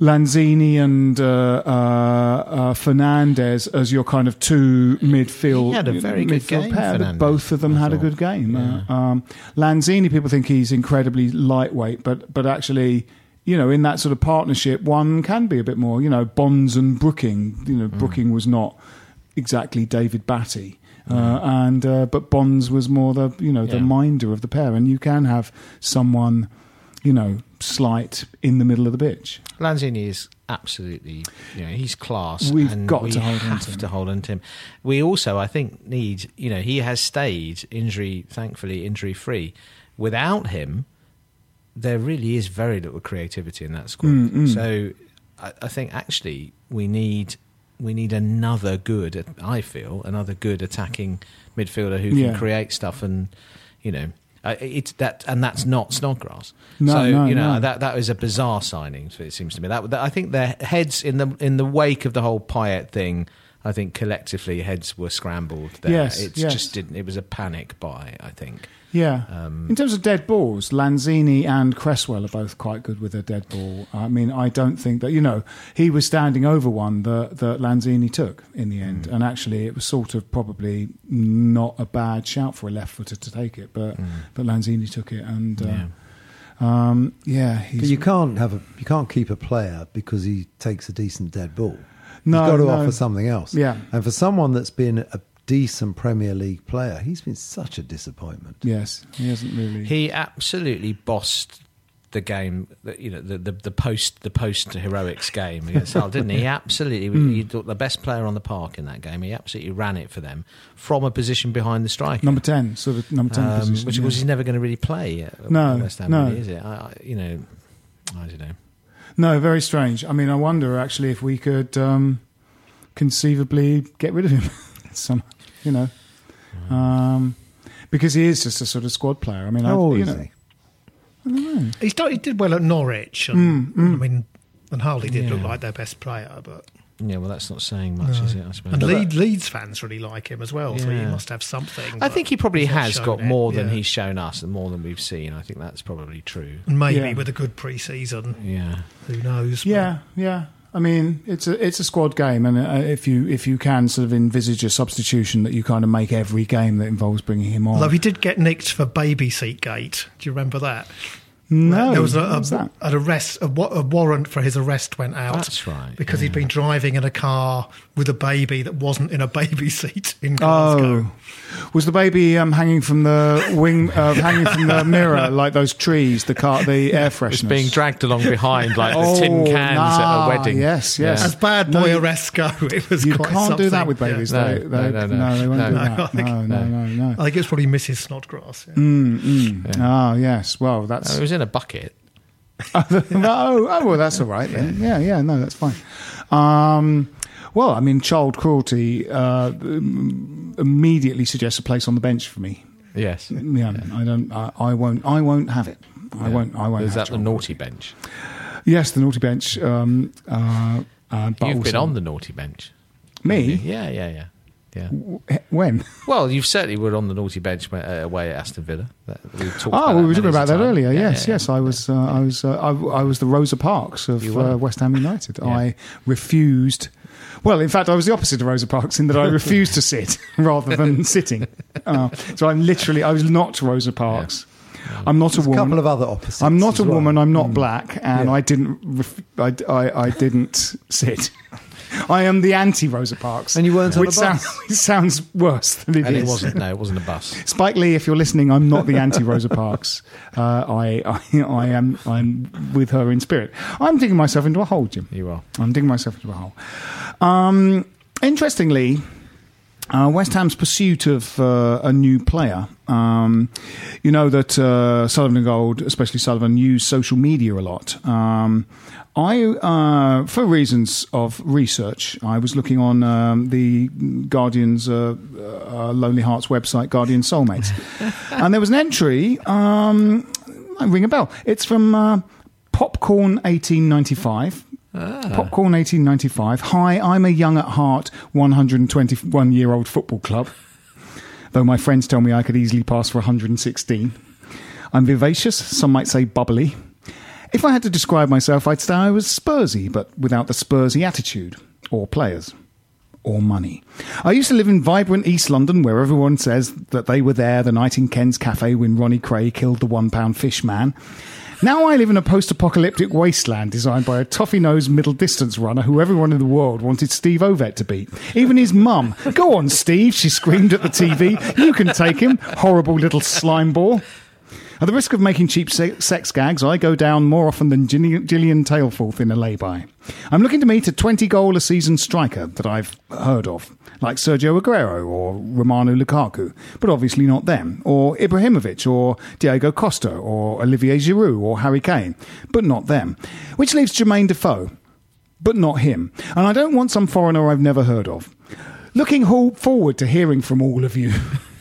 S1: Lanzini and uh, uh, uh, Fernandez as your kind of two midfield.
S2: He had a very good
S1: midfield
S2: game,
S1: pair, but
S2: Fernandes,
S1: both of them
S2: I
S1: had a
S2: thought.
S1: good game. Uh, um, Lanzini, people think he's incredibly lightweight, but but actually. You know, in that sort of partnership, one can be a bit more. You know, Bonds and Brooking. You
S2: Mm.
S1: know, Brooking was not exactly David Batty, uh, and uh, but Bonds was more the you know the
S2: Yeah.
S1: minder of the pair. And you can have someone, you know, slight in the middle of the pitch.
S2: Lanzini is absolutely, you know, he's class.
S1: We've
S2: and
S1: got
S2: we
S1: to hold on
S2: have
S1: to him.
S2: to hold on to him. We also, I think, need, you know, he has stayed injury, thankfully, injury free. Without him, there really is very little creativity in that squad.
S1: Mm,
S2: So I, I think actually we need we need another good. I feel another good attacking midfielder who
S1: Yeah.
S2: can create stuff and you know. Uh, it's that, and that's not Snodgrass.
S1: No,
S2: so
S1: no,
S2: you know
S1: no.
S2: that that is a bizarre signing. so It seems to me that, that I think their heads in the in the wake of the whole Payet thing. I think collectively heads were scrambled. There.
S1: Yes,
S2: it
S1: yes.
S2: just didn't. It was a panic buy. I think.
S1: Yeah.
S2: Um,
S1: in terms of dead balls, Lanzini and Cresswell are both quite good with their dead ball. I mean, I don't think that, you know, he was standing over one that, that Lanzini took in the end.
S2: Mm.
S1: And actually, it was sort of probably not a bad shout for a left footer to take it, but,
S2: Mm.
S1: but Lanzini took it. And uh, yeah. Um, yeah, he's
S4: But you can't have a you can't keep a player because he takes a decent dead ball.
S1: No,
S4: You've got to
S1: no.
S4: offer something else.
S1: Yeah.
S4: And for someone that's been a decent Premier League player, he's been such a disappointment.
S1: Yes, he hasn't really.
S2: He absolutely bossed the game, the- you know, the, the, the post the post heroics game against Hull, didn't he?
S1: Mm.
S2: He absolutely, he thought the best player on the park in that game. He absolutely ran it for them from a position behind the striker.
S1: number 10, sort of number 10
S2: Um,
S1: position.
S2: which of
S1: yeah.
S2: course he's never going to really play. uh, At
S1: No,
S2: West Ham,
S1: no.
S2: really, is it? I, I, you know, I don't know.
S1: No, very strange. I mean, I wonder actually if we could um, conceivably get rid of him. Some, you know,
S3: Mm.
S1: um, because he is just a sort of squad player. I mean,
S4: How
S1: I,
S4: old
S1: Oh, you
S4: is
S1: know,
S4: he?
S3: He's done, he did well at Norwich,
S1: Mm,
S3: and I mean, and Harley did look like their best player, but
S2: Yeah, well, that's not saying much, is it? I suppose.
S3: and Leeds, Leeds fans really like him as well, so he
S2: Yeah.
S3: must have something.
S2: I
S3: but
S2: think he probably
S3: he's not
S2: has
S3: shown
S2: got
S3: it,
S2: more than
S3: yeah.
S2: he's shown us and more than we've seen. I think that's probably true.
S3: And maybe
S1: Yeah.
S3: with a good pre-season,
S2: Yeah.
S3: who knows? but-
S1: Yeah, yeah. I mean, it's a it's a squad game, and uh, if you if you can sort of envisage a substitution that you kind of make every game that involves bringing him on.
S3: Although he did get nicked for baby seat gate. Do you remember that?
S1: no,
S3: there was a,
S1: what was
S3: a,
S1: that?
S3: an arrest, a, wa- a warrant for his arrest went out.
S2: That's right,
S3: Because he'd been driving in a car with a baby that wasn't in a baby seat in Glasgow.
S1: Oh, was the baby um, hanging from the wing, uh, hanging from the mirror like those trees? The car, the air fresheners
S6: It's being dragged along behind like
S1: Oh,
S6: the tin cans
S1: nah,
S6: at a wedding.
S1: yes, yes.
S6: Yeah.
S3: As bad
S1: No,
S3: boy
S1: you-
S3: arrests go, it was
S1: You
S3: quite
S1: can't do that
S3: something.
S1: with babies.
S3: Yeah.
S1: They,
S6: No, no, no,
S1: they,
S6: no.
S1: they won't
S6: No.
S1: do
S6: No,
S3: I
S1: that.
S3: think-
S1: No, no, no, no. Mm.
S3: I think it's probably Mrs. Snodgrass. yeah.
S1: Ah, yes. Well,
S6: Oh,
S1: that's
S6: It was in a bucket.
S1: no. Oh, well, that's all right then. Yeah, yeah. No, that's fine. Um, well, I mean, child cruelty uh, um, immediately suggests a place on the bench for me.
S6: Yes.
S1: Yeah, I don't. I, I won't. I won't have it. I won't. I won't.
S6: Is that
S1: have
S6: the
S1: child-
S6: naughty bench?
S1: Yes, the naughty bench. Um, uh, uh, but
S6: You've
S1: also,
S6: been on the naughty bench.
S1: me.
S6: Yeah, yeah, yeah. Yeah.
S1: When?
S6: Well, you certainly were on the naughty bench when- uh, away at Aston Villa. That, we talked about
S1: Oh, we were
S6: many
S1: talking about
S6: a
S1: that
S6: time.
S1: earlier.
S6: Yeah,
S1: yes,
S6: yeah,
S1: yes.
S6: yeah.
S1: I was, uh, I was, uh, I, I was the Rosa Parks of uh, West Ham United. I refused. Well, in fact, I was the opposite of Rosa Parks in that I refused to sit rather than sitting. Uh, so I'm literally, I was not Rosa Parks. I'm not a
S4: A
S1: woman.
S4: couple of other opposites.
S1: I'm not
S4: as
S1: a
S4: well. Mm.
S1: woman. I'm not black, and
S4: Yeah.
S1: I didn't. Ref- I, I, I didn't sit. I am the anti Rosa Parks,
S4: And you weren't on
S1: which
S4: the bus.
S1: sounds- which sounds worse than it
S2: And it
S1: is.
S2: wasn't. No, it wasn't a bus.
S1: Spike Lee, if you're listening, I'm not the anti Rosa Parks. Uh, I, I, I am, I'm with her in spirit. I'm digging myself into a hole, Jim.
S2: You are.
S1: I'm digging myself into a hole. Um, interestingly, uh, West Ham's pursuit of uh, a new player. Um, you know that uh, Sullivan and Gold, especially Sullivan, use social media a lot. Um, I, uh, for reasons of research, I was looking on um, the Guardian's uh, uh, Lonely Hearts website, Guardian Soulmates, and there was an entry. Um, might ring a bell. It's from uh, Popcorn 1895. Popcorn 1895. Hi, I'm a young at heart 121 year old football club, though my friends tell me I could easily pass for 116. I'm vivacious, some might say bubbly. If I had to describe myself, I'd say I was Spursy, but without the Spursy attitude, or players, or money. I used to live in vibrant East London, where everyone says that they were there the night in Ken's Cafe when Ronnie Cray killed the one pound fish man. Now I live in a post apocalyptic wasteland designed by a toffee nosed middle distance runner who everyone in the world wanted Steve Ovett to beat. Even his mum. Go on, Steve, she screamed at the TV. You can take him, horrible little slime ball. At the risk of making cheap se- sex gags, I go down more often than Gillian, Gillian Tailforth in a lay-by. I'm looking to meet a 20 goal a season striker that I've heard of, like Sergio Aguero or Romano Lukaku, but obviously not them, or Ibrahimovic or Diego Costa or Olivier Giroud or Harry Kane, but not them, which leaves Jermaine Defoe, but not him. And I don't want some foreigner I've never heard of. Looking ho- forward to hearing from all of you.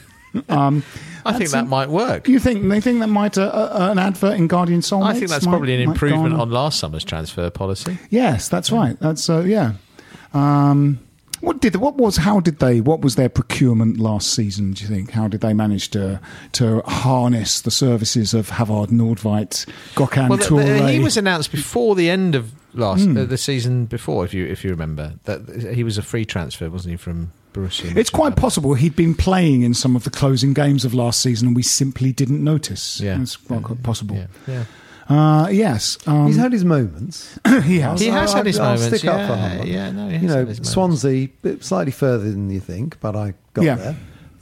S1: um,
S6: I think
S1: that's
S6: that
S1: a-
S6: might work.
S1: you think they think that might uh, uh, an advert in Guardian Soulmates?
S6: I think that's
S1: might-
S6: probably an
S1: might go
S6: improvement
S1: on.
S6: on last summer's transfer policy.
S1: Yes, that's right. That's uh, yeah. Um, what did what was how did they what was their procurement last season? Do you think how did they manage to to harness the services of Havard Nordveit, Gökhan
S6: well, th- th-
S1: Toure?
S6: he was announced before the end of last
S1: Hmm.
S6: uh, the season before, if you if you remember that uh, he was a free transfer, wasn't he, from Borussia?
S1: it's quite possible he'd been playing in some of the closing games of last season and we simply didn't notice.
S6: Yeah.
S1: It's quite quite possible.
S6: Yeah.
S1: Uh, yes. Um, Uh,
S4: He's had his moments.
S1: he has.
S6: He has had his
S4: I'll
S6: moments,
S4: Stick
S6: yeah,
S4: up for Harmer.
S6: yeah, no, he
S4: you
S6: has had his
S4: know,
S6: moments.
S4: Swansea bit slightly further than you think, but I got
S1: Yeah.
S4: there.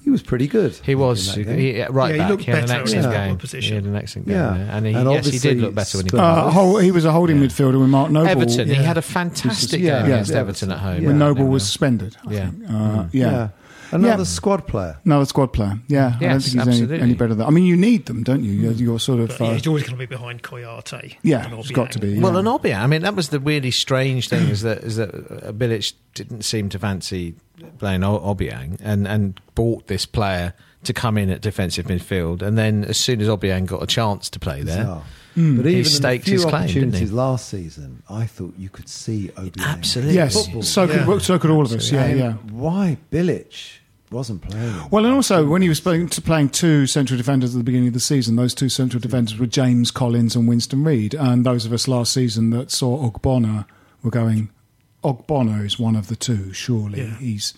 S4: He was pretty good.
S6: He was
S4: In
S6: he,
S4: that
S1: eh?
S4: game.
S6: he- right
S3: Yeah, he
S6: back.
S3: looked
S6: he had an
S3: better in
S6: excellent
S4: his
S6: game.
S3: position.
S6: He had an excellent game,
S4: Yeah.
S6: yeah. and, he,
S4: And
S6: yes, he
S4: obviously
S6: did look better when he
S4: Spurs-
S6: played.
S1: Uh, hol- he was a holding midfielder when Mark Noble.
S6: Everton, he
S1: Yeah.
S6: had a fantastic
S4: Yeah.
S6: game
S4: Yeah.
S6: against
S4: Yeah.
S6: Everton at home.
S4: Yeah.
S1: when
S4: Yeah.
S1: Noble was suspended. I
S6: Yeah.
S1: think. Uh,
S3: Mm.
S1: yeah.
S4: Another
S1: Yeah.
S4: squad player.
S1: Another squad player. Yeah, I don't
S6: Yes,
S1: think he's any- any,
S6: absolutely.
S1: better than. I mean, you need them, don't you? You're, you're sort of.
S3: But, yeah,
S1: Uh,
S3: he's always going to be behind Coyote.
S1: yeah,
S3: and
S1: it's got
S3: Obiang.
S1: to be.
S6: Well,
S1: yeah.
S6: and Obiang, I mean, that was the really strange thing is that is that uh, Bilic didn't seem to fancy playing O- Obiang and and bought this player to come in at defensive midfield, and then as soon as Obiang got a chance to play there,
S4: Bizarre.
S6: but
S1: Hmm.
S4: But
S6: Mm. he
S4: even
S6: staked
S4: in the
S6: his
S4: few
S6: claim, didn't
S4: opportunities
S6: he?
S4: last season, I thought you could see Obi.
S6: Absolutely.
S1: yes, so could
S3: Yeah.
S1: so could all of us. Yeah, yeah.
S4: Why Bilic wasn't playing?
S1: Well, and also when he was playing, to playing two central defenders at the beginning of the season, those two central defenders were James Collins and Winston Reid, and those of us last season that saw Ogbonna were going. Ogbonna is one of the two, surely.
S3: Yeah.
S1: He's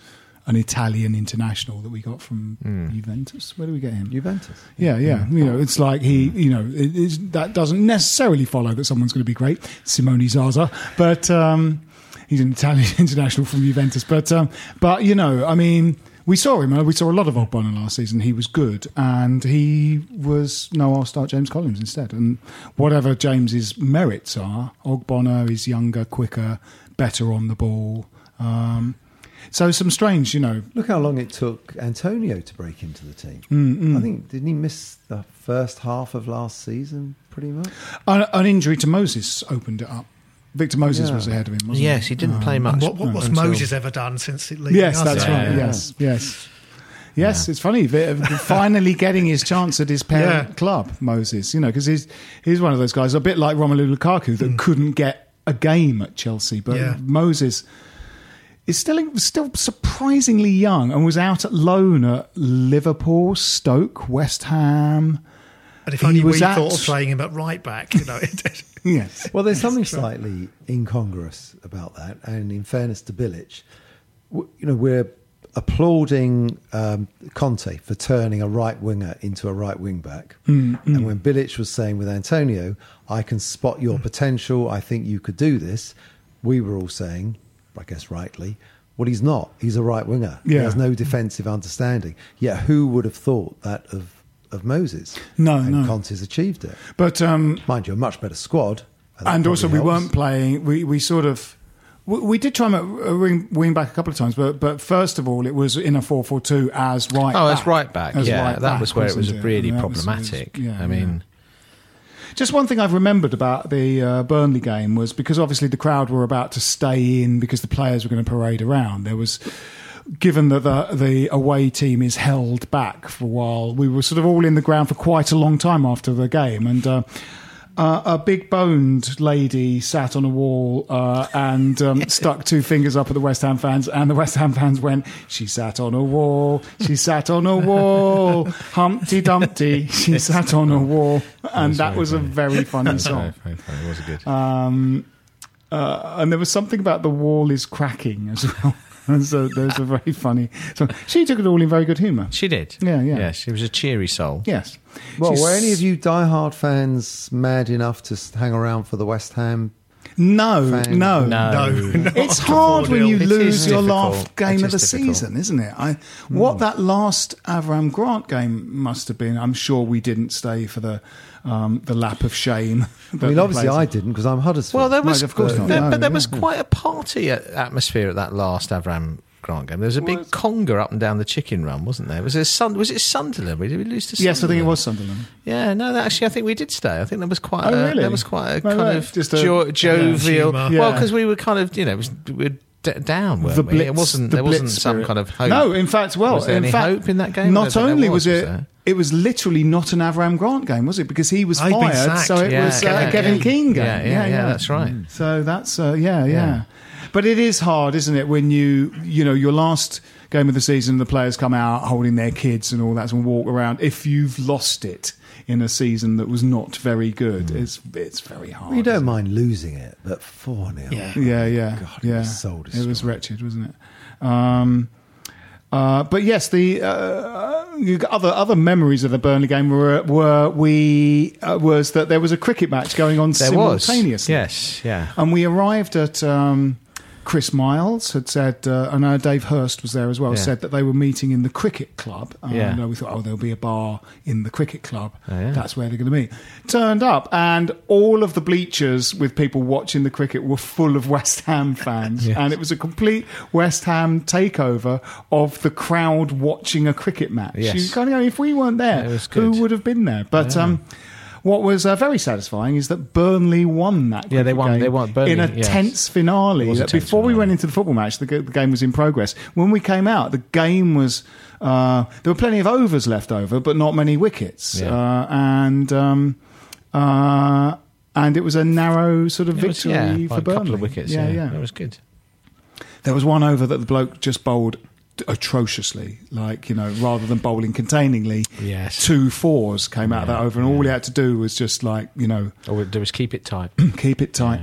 S1: an Italian international that we got from Juventus. Where do we get him?
S4: Juventus.
S1: Yeah, yeah. You know, it's like he, you know, it is, that doesn't necessarily follow that someone's going to be great. Simone Zaza, but um, he's an Italian international from Juventus. But um, but you know, I mean, we saw him. uh, We saw a lot of Ogbonna last season. He was good, and he was no. I'll start James Collins instead. And whatever James's merits are, Ogbonna is younger, quicker, better on the ball. Um, so some strange, you know.
S4: Look how long it took Antonio to break into the team.
S1: Mm,
S4: I think didn't he miss the first half of last season? Pretty much.
S1: An, an injury to Moses opened it up. Victor Moses
S4: Yeah.
S1: was ahead of him, wasn't
S2: Yes, he didn't play much.
S3: And what, what was
S2: until-
S3: Moses ever done since it
S1: he?
S3: leaving
S1: Yes,
S3: us?
S1: that's
S6: Yeah.
S1: right.
S6: Yeah.
S1: Yes, yes. Yes, it's funny. They're Finally getting his chance at his parent
S3: Yeah.
S1: club, Moses. You know, because he's he's one of those guys, a bit like Romelu Lukaku, that couldn't get a game at Chelsea. But
S3: Yeah.
S1: Moses is still still surprisingly young and was out at loan at Liverpool, Stoke, West Ham.
S3: And if
S1: He
S3: only we
S1: was at-
S3: thought of playing him at right back, you know. It,
S1: Yes,
S4: Well, there's something slightly incongruous about that. And in fairness to Bilic, w- you know, we're applauding um, Conte for turning a right winger into a right wing back.
S1: Mm,
S4: And when Bilic was saying with Antonio, I can spot your
S1: Mm.
S4: potential, I think you could do this, we were all saying, I guess rightly, well, he's not. He's a right winger. He
S1: Yeah.
S4: has no defensive understanding. Yet, who would have thought that of, of Moses?
S1: No,
S4: and
S1: no.
S4: Conte's achieved it.
S1: but um,
S4: Mind you, a much better squad. that
S1: and also we
S4: probably helps.
S1: weren't playing. We we sort of we, we did try him at a wing, wing back a couple of times, but but first of all, it was in a four four two as right.
S6: Oh,
S1: back,
S6: that's right back.
S1: As
S6: yeah,
S1: right
S6: that
S1: back,
S6: was where it was
S1: wasn't
S6: really
S1: And that was-
S6: problematic.
S1: was- yeah,
S6: I mean,
S1: yeah. just one thing I've remembered about the uh, Burnley game was because obviously the crowd were about to stay in because the players were going to parade around. There was. Given that the, the away team is held back for a while, we were sort of all in the ground for quite a long time after the game, and uh, uh, a big boned lady sat on a wall uh, and um, stuck two fingers up at the West Ham fans, and the West Ham fans went, "She sat on a wall. She sat on a wall. Humpty Dumpty. She sat on a wall." And that was a very funny song.
S2: Very, very funny. It was good.
S1: Um, uh, and there was something about the wall is cracking as well. And so those are very funny. So she took it all in very good humour.
S2: She did.
S1: Yeah, yeah.
S2: Yeah, she was a cheery soul.
S1: Yes.
S4: Well,
S1: She's-
S4: were any of you diehard fans mad enough to s- hang around for the West Ham?
S1: No,
S4: Fan.
S1: no,
S2: No.
S3: No, not
S1: It's
S3: after
S1: hard when you
S3: 4-0.
S1: lose
S2: is
S1: your
S2: difficult.
S1: last game
S2: It
S1: of the
S2: is difficult. Hmm.
S1: season, isn't it? I what that last Avram Grant game must have been. I'm sure we didn't stay for the um, the lap of shame.
S4: I mean, obviously I didn't because I'm Huddersfield.
S2: Well, there
S1: No,
S2: was,
S1: of course not.
S2: there-
S1: No,
S2: but there
S1: yeah.
S2: was quite a party at- atmosphere at that last Avram Grant game. There was a big conger up and down the chicken run, wasn't there? Was it Sun? Was it Sunderland? Did we lose to? Sunderland?
S1: Yes, I think it was Sunderland.
S2: Yeah, no, that, actually, I think we did stay. I think that was quite.
S1: Oh,
S2: a,
S1: really?
S2: That was quite a
S1: No,
S2: kind
S1: right,
S2: of
S1: just
S2: just
S1: a-
S2: jovial.
S3: Yeah.
S2: Well,
S1: Yeah.
S2: because we were kind of, you know, it was, we were d- down. Weren't
S1: The
S2: we?
S1: blitz,
S2: It wasn't.
S1: the
S2: there wasn't
S1: blitz
S2: some
S1: spirit.
S2: kind of hope.
S1: No, in fact, well,
S2: was there
S1: in
S2: any
S1: fact,
S2: hope in that game? I don't
S1: Not
S2: think there
S1: only
S2: was,
S1: was,
S2: was
S1: it,
S2: there?
S1: it was literally not an Avram Grant game, was it? Because he was
S3: He'd been
S1: fired,
S3: sacked.
S1: so it
S2: Yeah,
S1: was uh,
S2: yeah,
S1: a Kevin
S2: yeah.
S1: Keane game.
S2: Yeah, yeah, yeah, that's right. Mm.
S1: So that's uh, yeah, yeah,
S2: Yeah.
S1: But it is hard, isn't it, when you you know your last game of the season, the players come out holding their kids and all that and walk around. If you've lost it in a season that was not very good,
S2: Mm.
S1: it's it's very hard.
S4: you don't
S1: isn't it?
S4: mind losing it, but four 0
S3: Yeah.
S1: Yeah, yeah,
S4: God, it
S1: yeah.
S4: was soul
S1: It was wretched, wasn't it? Um, uh, but yes, the uh, you got other other memories of the Burnley game were were we uh, was that there was a cricket match going on
S2: there was.
S1: simultaneously.
S2: Yes, yeah.
S1: and we arrived at. Um, Chris Miles had said, uh, and uh, Dave Hurst was there as well,
S2: Yeah.
S1: said that they were meeting in the cricket club. And
S2: Yeah.
S1: uh, we thought, oh, there'll be a bar in the cricket club.
S2: Oh, yeah.
S1: That's where they're going to meet. Turned up, and all of the bleachers with people watching the cricket were full of West Ham fans. And it was a complete West Ham takeover of the crowd watching a cricket match.
S2: Yes.
S1: You kind of go, if we weren't there,
S2: It was
S1: who
S2: good.
S1: would have been there? But. Um, what was uh, very satisfying is that Burnley won that.
S2: Yeah, they
S1: cricket
S2: won-
S1: game
S2: they won. Burnley,
S1: in a
S2: yes.
S1: tense finale.
S2: It was a
S1: that
S2: tense
S1: before we
S2: finale.
S1: went into the football match, the, g- the game was in progress. When we came out, the game was uh, there were plenty of overs left over, but not many wickets,
S2: Yeah.
S1: uh, and um, uh, and it was a narrow sort of
S2: It was-
S1: victory
S2: yeah, by
S1: for
S2: a
S1: Burnley.
S2: couple of wickets. Yeah, it was good.
S1: There was one over that the bloke just bowled atrociously, like, you know, rather than bowling containingly,
S2: Yes.
S1: two fours came out of that over, and all he had to do was just, like, you know,
S2: All Oh, we do is keep it tight.
S1: keep it tight.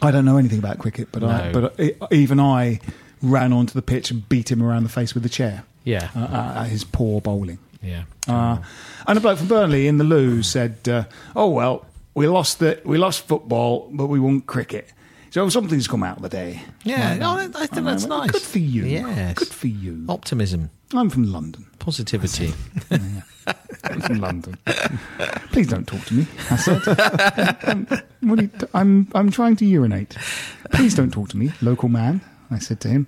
S1: I don't know anything about cricket, but I,
S2: No.
S1: but I, even I ran onto the pitch and beat him around the face with a chair.
S2: Yeah. Oh.
S1: uh, uh, his poor bowling.
S2: Yeah.
S1: Uh, and a bloke from Burnley in the loo said, uh, "Oh well, we lost the we lost football, but we won cricket. So something's come out of the day."
S2: Yeah,
S1: Like
S2: no,
S1: that.
S2: I- I think
S1: And
S2: that's
S1: went,
S2: nice.
S1: Good for you.
S2: Yes. Oh.
S1: good for you.
S2: Optimism,
S1: I'm from London.
S2: positivity.
S1: I'm from London. Please don't talk to me. I said, um, what are you t- I'm I'm trying to urinate. Please don't talk to me, local man. I said to him,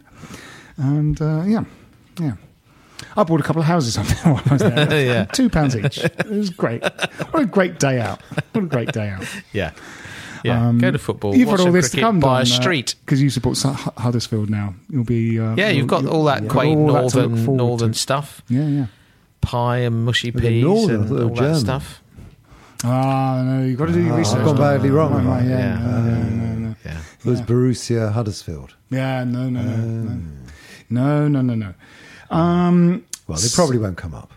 S1: and uh, yeah, yeah. I bought a couple of houses up there while I was there.
S2: Yeah.
S1: Two pounds each. It was great. What a great day out. What a great day out. Um,
S2: yeah. Yeah. Go to football.
S1: You've
S2: watch
S1: got all
S2: some
S1: this to
S2: cricket,
S1: come
S2: Buy a street.
S1: Because you support Su- Hu- Huddersfield now. You'll be. Uh,
S2: yeah,
S1: you'll-
S2: you've got
S1: you'll-
S2: all that
S1: you've got
S2: quaint
S1: all that to look
S2: northern
S1: forward to.
S2: northern stuff,
S1: Yeah, yeah.
S2: pie and mushy
S4: With the
S2: peas
S4: northern, I
S2: and
S4: thought they
S2: all
S4: were German.
S2: that stuff.
S1: Ah, no, you've got to do your
S4: Ah,
S1: research.
S4: I've gone badly wrong,
S1: Right,
S4: have I?
S1: right, yeah,
S2: Yeah.
S1: no, no, no, no.
S2: Yeah.
S4: It was Borussia Huddersfield.
S1: Yeah, no, no, no, no,
S4: Um.
S1: no, no, no, no. Um,
S4: Well, they probably won't come up.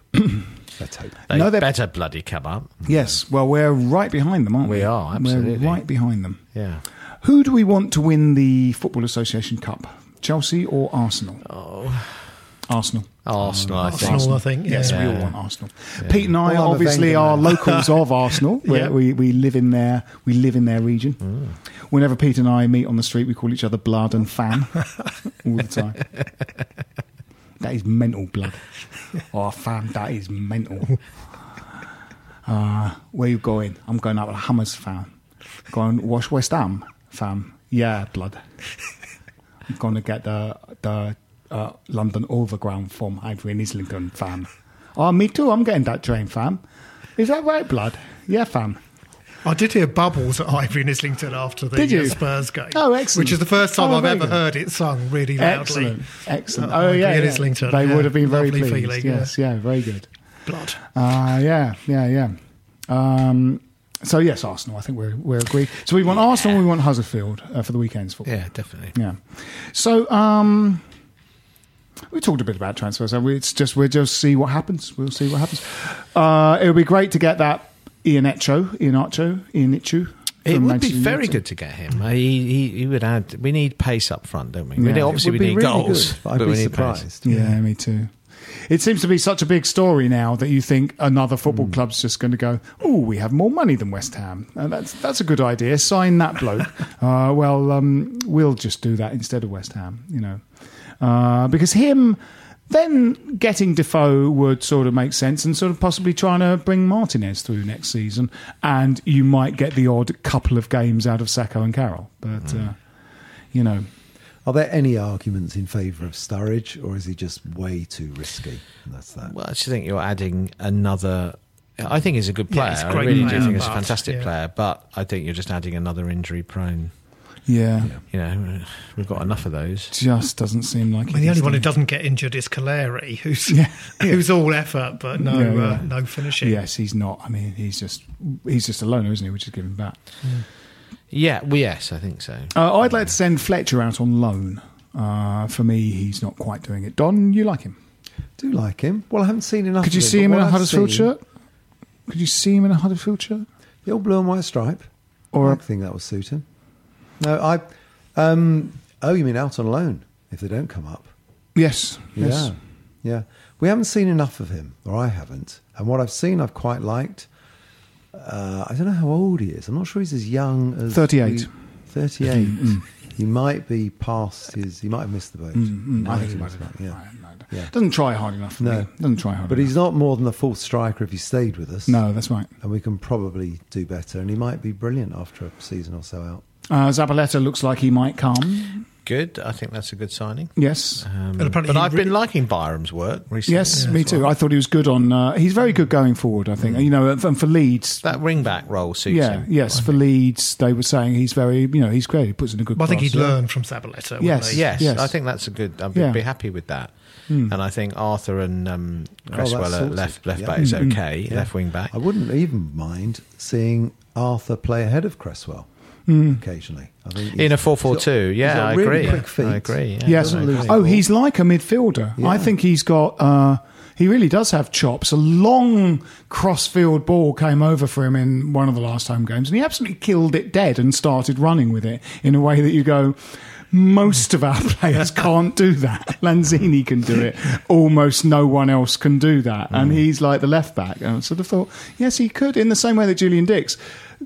S4: Let's hope.
S2: They
S1: No, they're-
S2: better bloody come up.
S1: yes, well, we're right behind them, aren't we?
S2: We are, absolutely.
S1: We're right behind them.
S2: Yeah.
S1: Who do we want to win the Football Association Cup? Chelsea or Arsenal? Oh, Arsenal.
S2: Arsenal, I think.
S3: Arsenal, I think.
S1: Yes,
S3: yeah.
S1: we all want Arsenal. Pete and I
S4: Well, I'm a
S1: obviously
S4: Wenger
S1: are
S4: man.
S1: locals of Arsenal. We-
S3: Yeah.
S1: We we live in their we live in their region.
S3: Mm.
S1: Whenever Pete and I meet on the street, we call each other blood and fan all the time. That is mental blood. Oh, fan, that is mental. Uh, where you going? I'm going out with Hammers, fam. Going watch West Ham, fam. Yeah, blood. I'm going to get the the uh, London Overground from Ivory and Islington, fam. Oh, me too. I'm getting that train, fam. Is that right, blood? Yeah, fam.
S3: I did hear bubbles at Ivory and Islington after the
S1: Did you?
S3: uh, Spurs game.
S1: Oh, excellent.
S3: Which is the first time
S1: Oh,
S3: I've
S1: there you
S3: ever
S1: go.
S3: heard it sung really loudly.
S1: Excellent, excellent.
S3: Uh,
S1: Oh,
S3: Ivory
S1: yeah,
S3: and
S1: yeah.
S3: Islington,
S1: They
S3: yeah.
S1: would have been very
S3: Lovely
S1: pleased.
S3: feeling,
S1: yes, yeah. very good.
S3: Blood.
S1: Uh, yeah, yeah, yeah. Um, So yes, Arsenal. I think we're we're agreed. So we want Arsenal. We want Huddersfield uh, for the weekend's football.
S2: Yeah, definitely.
S1: Yeah. So um, we talked a bit about transfers. and we- It's just we'll just see what happens. We'll see what happens. Uh, it would be great to get that Ian Echo, Ian Archo, Ian Ichu.
S2: It
S1: from
S2: would be
S1: 1990.
S2: very good to get him. Uh, He, he, he would add. We need pace up front, don't we? we
S1: Yeah.
S2: need,
S1: It
S2: obviously, we
S1: would be
S2: need
S1: really
S2: goals.
S1: good, but I'd be
S2: we need pace.
S1: surprised. Yeah, me too. It seems to be such a big story now that you think another football club's just going to go, oh, we have more money than West Ham. Uh, that's, that's a good idea. Sign that bloke. uh, well, um, we'll just do that instead of West Ham, you know. Uh, because him then getting Defoe would sort of make sense and sort of possibly trying to bring Martinez through next season. And you might get the odd couple of games out of Sacco and Carroll. But, uh, you know.
S4: Are there any arguments in favour of Sturridge, or is he just way too risky? And that's that.
S2: Well, I just think you're adding another. I think he's a good
S4: Yeah,
S2: player.
S4: he's a
S2: I
S4: great
S2: really
S4: player,
S2: do think he's a
S4: but-
S2: fantastic
S4: yeah.
S2: player, but I think you're just adding another injury prone.
S1: Yeah.
S2: You know, we've got enough of those.
S1: Just doesn't seem like
S3: I mean, the only one who doesn't get injured is Kaleri, who's who's all effort but no
S1: Yeah, yeah.
S3: Uh, no finishing.
S1: Yes, he's not. I mean, he's just he's just a loner, isn't he? We just give him back.
S2: Yeah, well, yes, I think so.
S1: Uh, I'd like to send Fletcher out on loan. Uh, for me, he's not quite doing it. Don, you like him?
S4: Do like him? Well, I haven't seen enough.
S1: Could you
S4: of him,
S1: see
S4: but
S1: him in
S4: what
S1: a
S4: I've
S1: Huddersfield
S4: seen-
S1: shirt? Could you see him in a Huddersfield shirt?
S4: The old blue and white stripe.
S1: Or
S4: I think that will suit him. No, I. Um, oh, you mean out on loan if they don't come up?
S1: Yes.
S4: Yeah.
S1: Yes.
S4: Yeah. We haven't seen enough of him, or I haven't. And what I've seen, I've quite liked. Uh, I don't know how old he is. I'm not sure he's as young as
S1: 38.
S4: we- 38. He might be past his. He might have missed the boat.
S1: Mm, mm, I think he might have.
S4: Yeah. yeah.
S1: Doesn't try hard enough. For me. Doesn't try hard
S4: But
S1: enough.
S4: he's not more than a full striker if he stayed with us.
S1: No, that's right.
S4: And we can probably do better. And he might be brilliant after a season or so out.
S1: Uh, Zabaleta looks like he might come.
S2: Good. I think that's a good signing.
S1: Yes.
S2: Um,
S1: But
S2: but
S1: apparently he
S2: I've
S1: re-
S2: been liking Byram's work recently.
S1: Yes,
S2: as
S1: me too.
S2: well.
S1: I thought he was good on. Uh, he's very good going forward. I
S3: Mm.
S1: think you know, and for- for Leeds,
S2: That ring back role suits
S1: yeah,
S2: him.
S1: yes, for Leeds, they were saying he's very, you know, he's great. He puts in a good.
S3: Well, I think
S1: pass,
S3: he'd
S1: yeah.
S3: learn from Sabaleta. wouldn't
S1: Yes,
S3: he?
S2: Yes,
S1: yes.
S2: I think that's a good. I'd be-
S1: Yeah.
S2: be happy with that.
S1: Mm.
S2: And I think Arthur and um,
S4: Oh, that's
S2: Cresswell at
S4: sorted.
S2: left left
S4: Yeah.
S2: back is
S4: Mm.
S2: okay.
S4: Yeah.
S2: Left wing back.
S4: I wouldn't even mind seeing Arthur play ahead of Cresswell
S1: Hmm.
S4: occasionally. I think
S2: In a 4-4-2,
S4: he's
S2: yeah,
S4: got
S2: I
S4: really
S2: agree.
S4: Quick feet.
S2: I agree, yeah.
S1: Yes.
S4: Doesn't lose the
S1: Oh,
S4: ball.
S1: he's like a midfielder.
S4: Yeah.
S1: I think he's got. Uh, he really does have chops. A long cross-field ball came over for him in one of the last home games, and he absolutely killed it dead and started running with it in a way that you go. Most of our players can't do that. Lanzini can do it. Almost no one else can do that. And he's like the left back. And I sort of thought, yes, he could, in the same way that Julian Dix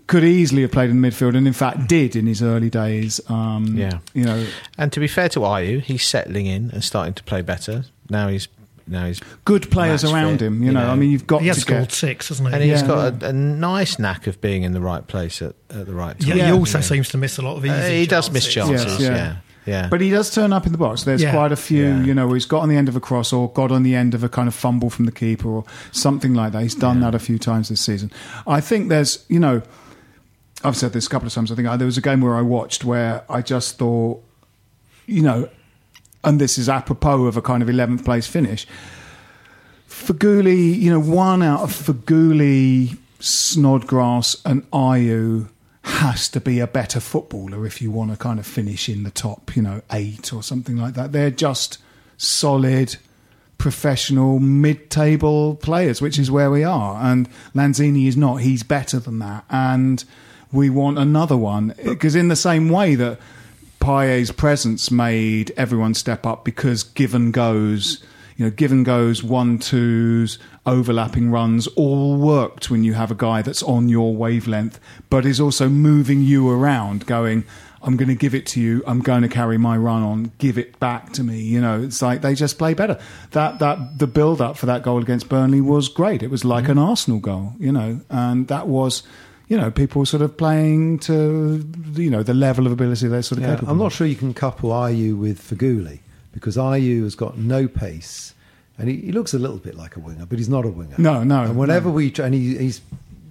S1: could easily have played in the midfield and, in fact, did in his early days. Um,
S2: Yeah.
S1: You know,
S2: And to be fair to Ayu, he's settling in and starting to play better. Now he's now he's
S1: good players
S2: match
S1: around
S2: fit,
S1: him. You know, I mean, you've got
S3: He
S1: to
S3: has scored
S1: get-
S3: six, hasn't he?
S2: and he's
S3: Yeah.
S2: got a, a nice knack of being in the right place at, at the right
S3: Yeah,
S2: time.
S3: he also seems to miss a lot of easy.
S2: Uh, he does miss
S3: chances.
S2: chances. Yeah. yeah,
S1: But he does turn up in the box. There's
S3: Yeah.
S1: quite a few, you know, where he's got on the end of a cross or got on the end of a kind of fumble from the keeper or something like that. He's done that a few times this season. I think there's, you know, I've said this a couple of times. I think I, there was a game where I watched where I just thought, you know, and this is apropos of a kind of 11th place finish. Faguli, you know, one out of Faguli, Snodgrass, and Ayu has to be a better footballer if you want to kind of finish in the top, you know, eight or something like that. They're just solid, professional, mid table players, which is where we are. And Lanzini is not. He's better than that. And we want another one. Because, in the same way that Paye's presence made everyone step up because given goes, you know, given goes, one twos, overlapping runs all worked when you have a guy that's on your wavelength, but is also moving you around, going, I'm going to give it to you. I'm going to carry my run on. Give it back to me. You know, it's like they just play better. That that the build up for that goal against Burnley was great. It was like an Arsenal goal, you know, and that was, you know, people sort of playing to you know the level of ability they're sort of
S4: Yeah,
S1: capable.
S4: I'm
S1: of.
S4: not sure you can couple Ayu with Faguli because Ayu has got no pace, and he, he looks a little bit like a winger, but he's not a winger.
S1: No, no,
S4: And whenever we tr- and he, he's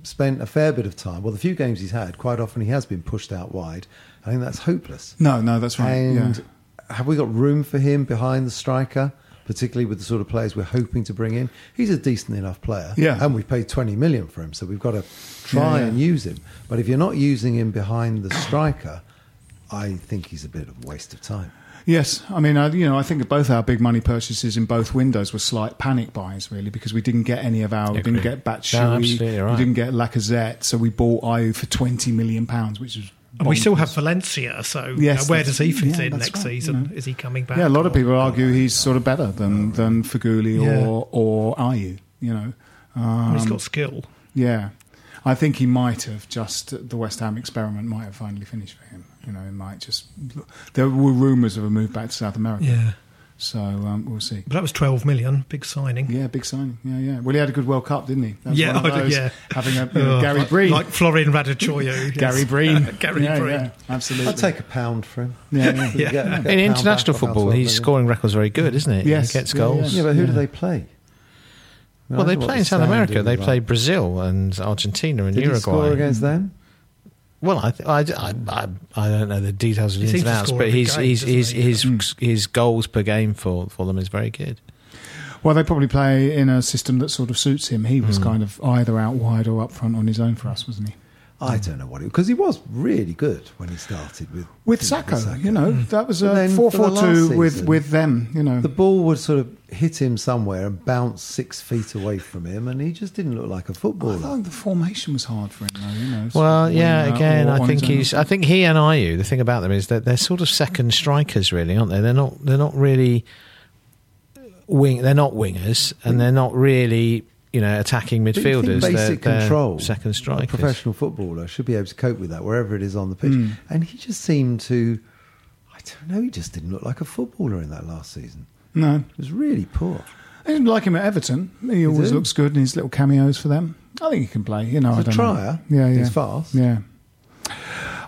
S4: spent a fair bit of time. Well, the few games he's had, quite often he has been pushed out wide. I think that's hopeless.
S1: No, no, that's right.
S4: And
S1: yeah.
S4: have we got room for him behind the striker? particularly with the sort of players we're hoping to bring in. He's a decent enough player,
S1: Yeah.
S4: and we've paid 20 million for him, so we've got to try
S1: Yeah, yeah.
S4: and use him. But if you're not using him behind the striker, I think he's a bit of a waste of time.
S1: Yes, I mean, I, you know, I think both our big money purchases in both windows were slight panic buys, really, because we didn't get any of our, we didn't
S2: Agreed.
S1: get Batshuayi,
S2: No, absolutely right.
S1: we didn't get Lacazette, so we bought Ayu for twenty million pounds, which is.
S3: And we still
S1: bonkers.
S3: have Valencia, so
S1: Yes,
S3: uh, where does
S1: that's-
S3: he fit
S1: yeah,
S3: in
S1: that's
S3: next
S1: right,
S3: season?
S1: you know.
S3: Is he coming back?
S1: Yeah, a lot of
S3: or-
S1: people argue he's sort of better than than Figuli
S3: Yeah.
S1: or or Ayu. You know, um,
S3: Well, he's got skill.
S1: Yeah, I think he might have just the West Ham experiment might have finally finished for him. You know, it might just there were rumours of a move back to South America.
S3: Yeah.
S1: so um, we'll see.
S3: But that was 12 million, big signing.
S1: Yeah, big signing. Yeah, yeah. Well, he had a good World Cup, didn't he? That was
S3: yeah,
S1: one of
S3: I-
S1: those,
S3: yeah.
S1: Having a you know,
S3: Oh,
S1: Gary
S3: like,
S1: Breen,
S3: Like Florian Radicchio. yes.
S1: Gary Breen,
S3: Gary
S1: yeah,
S3: Breen.
S1: yeah, absolutely.
S4: I'd take a pound for him.
S1: Yeah, yeah.
S4: We
S1: Yeah.
S4: get- get a
S2: In
S4: pound
S2: international
S4: back on our
S2: football,
S4: 12
S2: his
S4: million.
S2: scoring record's very good, isn't it?
S1: Yes,
S2: He gets
S1: yeah,
S2: goals.
S4: Yeah, but who do
S1: Yeah.
S4: they play? I
S2: Well,
S4: wonder
S2: they
S4: what
S2: play
S4: the
S2: in South
S4: Sound
S2: America.
S4: did
S2: They
S4: like.
S2: play Brazil and Argentina and
S4: Did he
S2: Uruguay.
S4: score against them?
S2: Well, I, th- I, I, I, I don't know the details of
S3: He
S2: the ins
S3: seems
S2: and
S3: to
S2: outs,
S3: score
S2: but
S3: every
S2: his
S3: game,
S2: his
S3: doesn't
S2: his
S3: he?
S2: his, his goals per game for, for them is very good.
S1: Well, they probably play in a system that sort of suits him. He was kind of either out wide or up front on his own for us, wasn't he?
S3: Um,
S4: I don't know what it because he was really good when he started with
S1: With Sacco, you know, that was
S4: But
S1: a
S4: then for the last
S1: 4-4-2 with,
S4: season-
S1: with them, you know.
S4: The ball would sort of hit him somewhere and bounce six feet away from him, and he just didn't look like a
S1: I
S4: footballer.
S1: thought the formation was hard for him, though, you know. sort
S2: Well,
S1: of
S2: yeah.
S1: winger
S2: Again,
S1: or
S2: I
S1: on
S2: think
S1: his own.
S2: he's. I think he and Ayu. The thing about them is that they're sort of second strikers, really, aren't they? They're not. They're not really wing. They're not wingers, and they're not really you know attacking
S4: Do you think
S2: midfielders. They're-
S4: basic
S2: they're
S4: control.
S2: second
S4: A
S2: strikers.
S4: professional footballer should be able to cope with that wherever it is on the pitch.
S3: Hmm.
S4: And he just seemed to, I don't know, he just didn't look like a footballer in that last season.
S1: No.
S4: It was really poor.
S1: I didn't like him at Everton. He always
S4: do?
S1: looks good in his little cameos for them. I think he can play, you know.
S4: He's
S1: I
S4: a
S1: don't
S4: trier.
S1: Know. Yeah, yeah.
S4: He's fast.
S1: Yeah.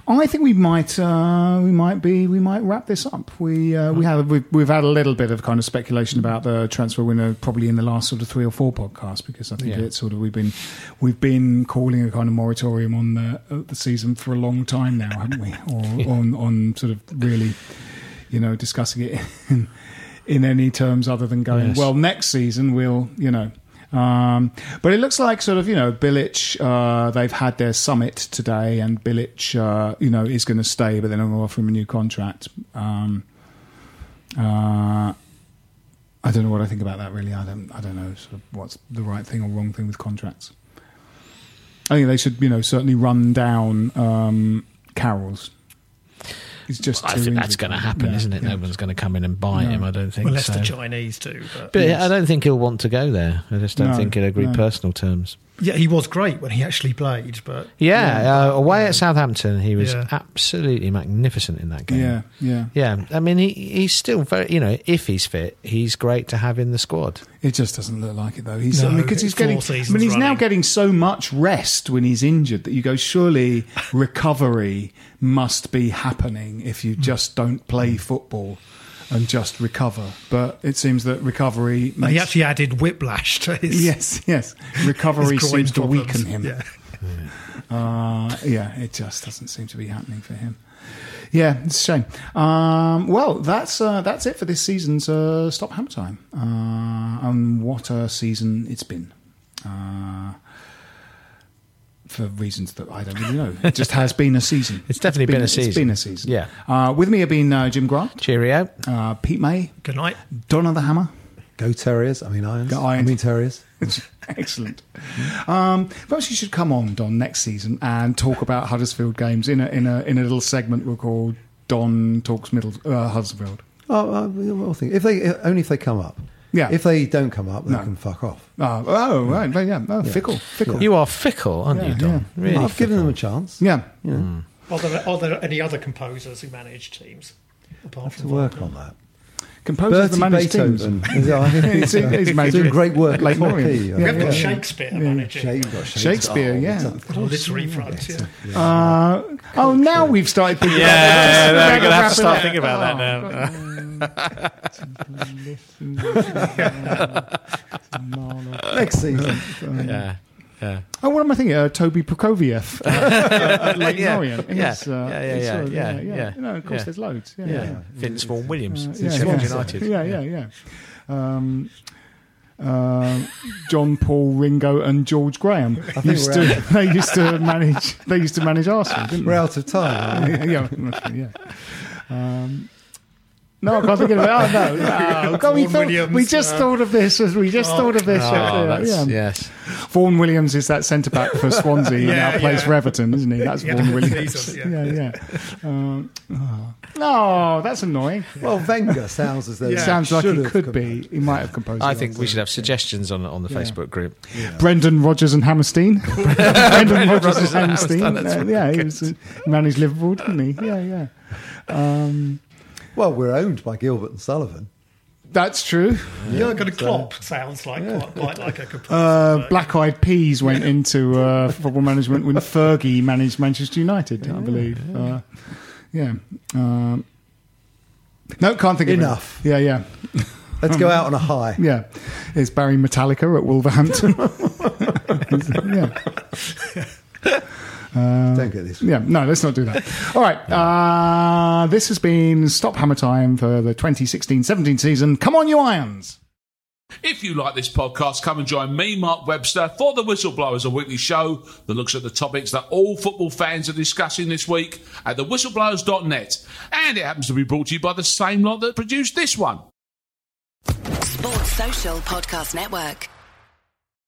S1: I think we might uh, we might be we might wrap this up. We uh, we have we've, we've had a little bit of kind of speculation about the transfer window probably in the last sort of three or four podcasts because I think
S2: Yeah.
S1: it's sort of we've been we've been calling a kind of moratorium on the uh, the season for a long time now, haven't we? Or on on sort of really, you know, discussing it in, in any terms other than going
S2: Yes.
S1: well next season we'll you know. Um, but it looks like sort of you know Bilic. Uh, they've had their summit today, and Bilic, uh, you know, is going to stay, but they're not going to offer him a new contract. Um, uh, I don't know what I think about that. Really, I don't. I don't know sort of what's the right thing or wrong thing with contracts. I think they should, you know, certainly run down um, Carroll's. It's just.
S2: I
S1: too
S2: think that's
S1: injured.
S2: going to happen,
S1: Yeah,
S2: isn't it?
S1: yeah.
S2: No one's going to come in and buy
S1: No.
S2: him. I don't think.
S3: Unless
S2: so.
S3: the Chinese do. But,
S2: But
S1: Yes.
S2: I don't think he'll want to go there. I just don't
S1: No,
S2: think he'll agree
S1: no.
S2: personal terms.
S3: yeah, he was great when he actually played, but
S2: Yeah, uh, away at Southampton, he was
S3: Yeah.
S2: absolutely magnificent in that game.
S1: Yeah, yeah.
S2: Yeah, I mean, he, he's still very, you know, if he's fit, he's great to have in the squad.
S1: It just doesn't look like it though. He's
S3: No,
S1: I mean, because he's
S3: four
S1: getting. I
S3: seasons
S1: mean, he's now
S3: running.
S1: getting so much rest when he's injured that you go, surely recovery must be happening if
S3: Hmm.
S1: you just don't play football and just recover. But it seems that recovery
S3: and he
S1: makes.
S3: actually added whiplash to his.
S1: yes, yes.
S3: his
S1: Recovery
S3: groin
S1: seems to
S3: problems.
S1: weaken him.
S3: Yeah.
S1: Uh, yeah, it just doesn't seem to be happening for him. Yeah, it's a shame. Um, well, that's uh, that's it for this season's uh, Stop Hammer Time. Uh, and what a season it's been. Uh, for reasons that I don't really know. It just has been a season.
S2: It's definitely been a season.
S1: It's been a season.
S2: Yeah.
S1: Uh, with me have been uh, Jim Grant,
S2: Cheerio.
S1: uh, Pete May,
S3: Good night.
S1: Donna the Hammer.
S4: Go Terriers. I mean, Irons.
S1: Go
S4: I
S1: Irons.
S4: mean, Terriers.
S1: Excellent. Um, perhaps you should come on, Don, next season and talk about Huddersfield games in a in a in a little segment we'll call Don talks Middle uh, Huddersfield.
S4: Oh, I, we'll think. If they, uh, only if they come up.
S1: Yeah.
S4: If they don't come up, they
S1: No.
S4: can fuck off.
S1: Oh, oh right, right, yeah, oh, fickle, fickle.
S2: You are fickle, aren't
S1: Yeah,
S2: you, Don?
S1: yeah.
S2: Really?
S4: I've
S2: fickle.
S4: given them a chance.
S1: Yeah,
S4: You know,
S3: Are there, are there any other composers who manage teams? Apart
S4: to work on that.
S1: composer of the
S4: Bertie
S1: managed teams.
S4: Beethoven. he's,
S1: he's made-
S4: doing great work.
S1: Lake
S4: on the
S1: Orion.
S4: key.
S1: Yeah,
S4: I
S3: We have
S4: think.
S3: got Shakespeare managing.
S4: Shake- you've got
S1: Shakespeare,
S4: Oh,
S1: yeah.
S4: it's a-
S3: On a literary front, yeah.
S1: Uh, oh, now we've started thinking.
S6: Yeah,
S1: about
S6: we're
S1: going
S6: gonna have to start thinking about that now.
S4: Next season.
S2: Yeah. Yeah.
S1: Oh, what am I thinking? Uh, Toby Prokofiev uh, at Lake
S2: Yeah,
S1: Orion.
S2: yeah,
S1: Yes, uh,
S2: yeah, yeah,
S1: it's, uh,
S2: yeah, yeah,
S1: yeah,
S2: yeah.
S1: You know, of course,
S2: Yeah.
S1: there's loads. yeah.
S2: Yeah.
S1: yeah.
S2: Vince Vaughn Williams,
S1: Uh,
S2: Sheffield United.
S1: Yeah, yeah, yeah. Um, uh, John Paul Ringo and George Graham
S4: think
S1: used
S4: we're
S1: to,
S4: out of-
S1: they used to manage they used to manage Arsenal. Didn't
S4: We're
S1: they?
S4: out of time, aren't we?
S1: yeah, yeah. Um, no, I can't think of it. Oh no, no. God, we,
S3: Vaughan
S1: thought,
S3: Williams,
S1: we just
S3: uh,
S1: thought of this. We just
S3: oh.
S1: thought of this.
S2: Ah,
S6: Oh,
S1: yeah,
S6: that's,
S1: yeah.
S6: yes.
S1: Vaughan Williams is that centre back for Swansea. He
S3: Yeah,
S1: now plays
S3: yeah.
S1: for Everton, isn't he? That's
S3: Yeah,
S1: Vaughan
S3: that's
S1: Williams.
S3: Jesus,
S1: yeah,
S3: yeah.
S1: yeah. Um, oh. No, that's annoying.
S4: Well, Wenger sounds as though
S1: It
S4: he
S1: sounds like
S4: should
S1: he
S4: have
S1: could
S4: come
S1: be. He might have composed.
S6: I
S1: it
S6: think we
S1: after.
S6: should have suggestions on on the Facebook group.
S1: Brendan Rodgers and Hammerstein. Brendan Rodgers and
S6: Rodgers and
S1: Hammerstein.
S6: Hammerstein, that's
S1: Uh,
S6: really
S1: yeah, he
S6: good.
S1: was, uh, managed Liverpool, didn't he? Yeah, yeah.
S4: back. Well, we're owned by Gilbert and Sullivan.
S1: That's true.
S3: Jurgen Klopp sounds like quite, quite like a composer.
S1: Uh, Black Eyed Peas went into uh, football management when Fergie managed Manchester United, I believe. Yeah. Uh, yeah. Um, no, can't think of
S4: Enough.
S1: It. Yeah, yeah,
S4: Let's go out on a high.
S1: yeah. It's Barry Metallica at Wolverhampton. yeah.
S4: Don't get this.
S1: Yeah, no, let's not do that. All right. Uh, this has been Stop Hammer Time for the 2016 17 season. Come on, you irons.
S7: If you like this podcast, come and join me, Mark Webster, for The Whistleblowers, a weekly show that looks at the topics that all football fans are discussing this week at thewhistleblowers.net. And it happens to be brought to you by the same lot that produced this one.
S8: Sports Social Podcast Network.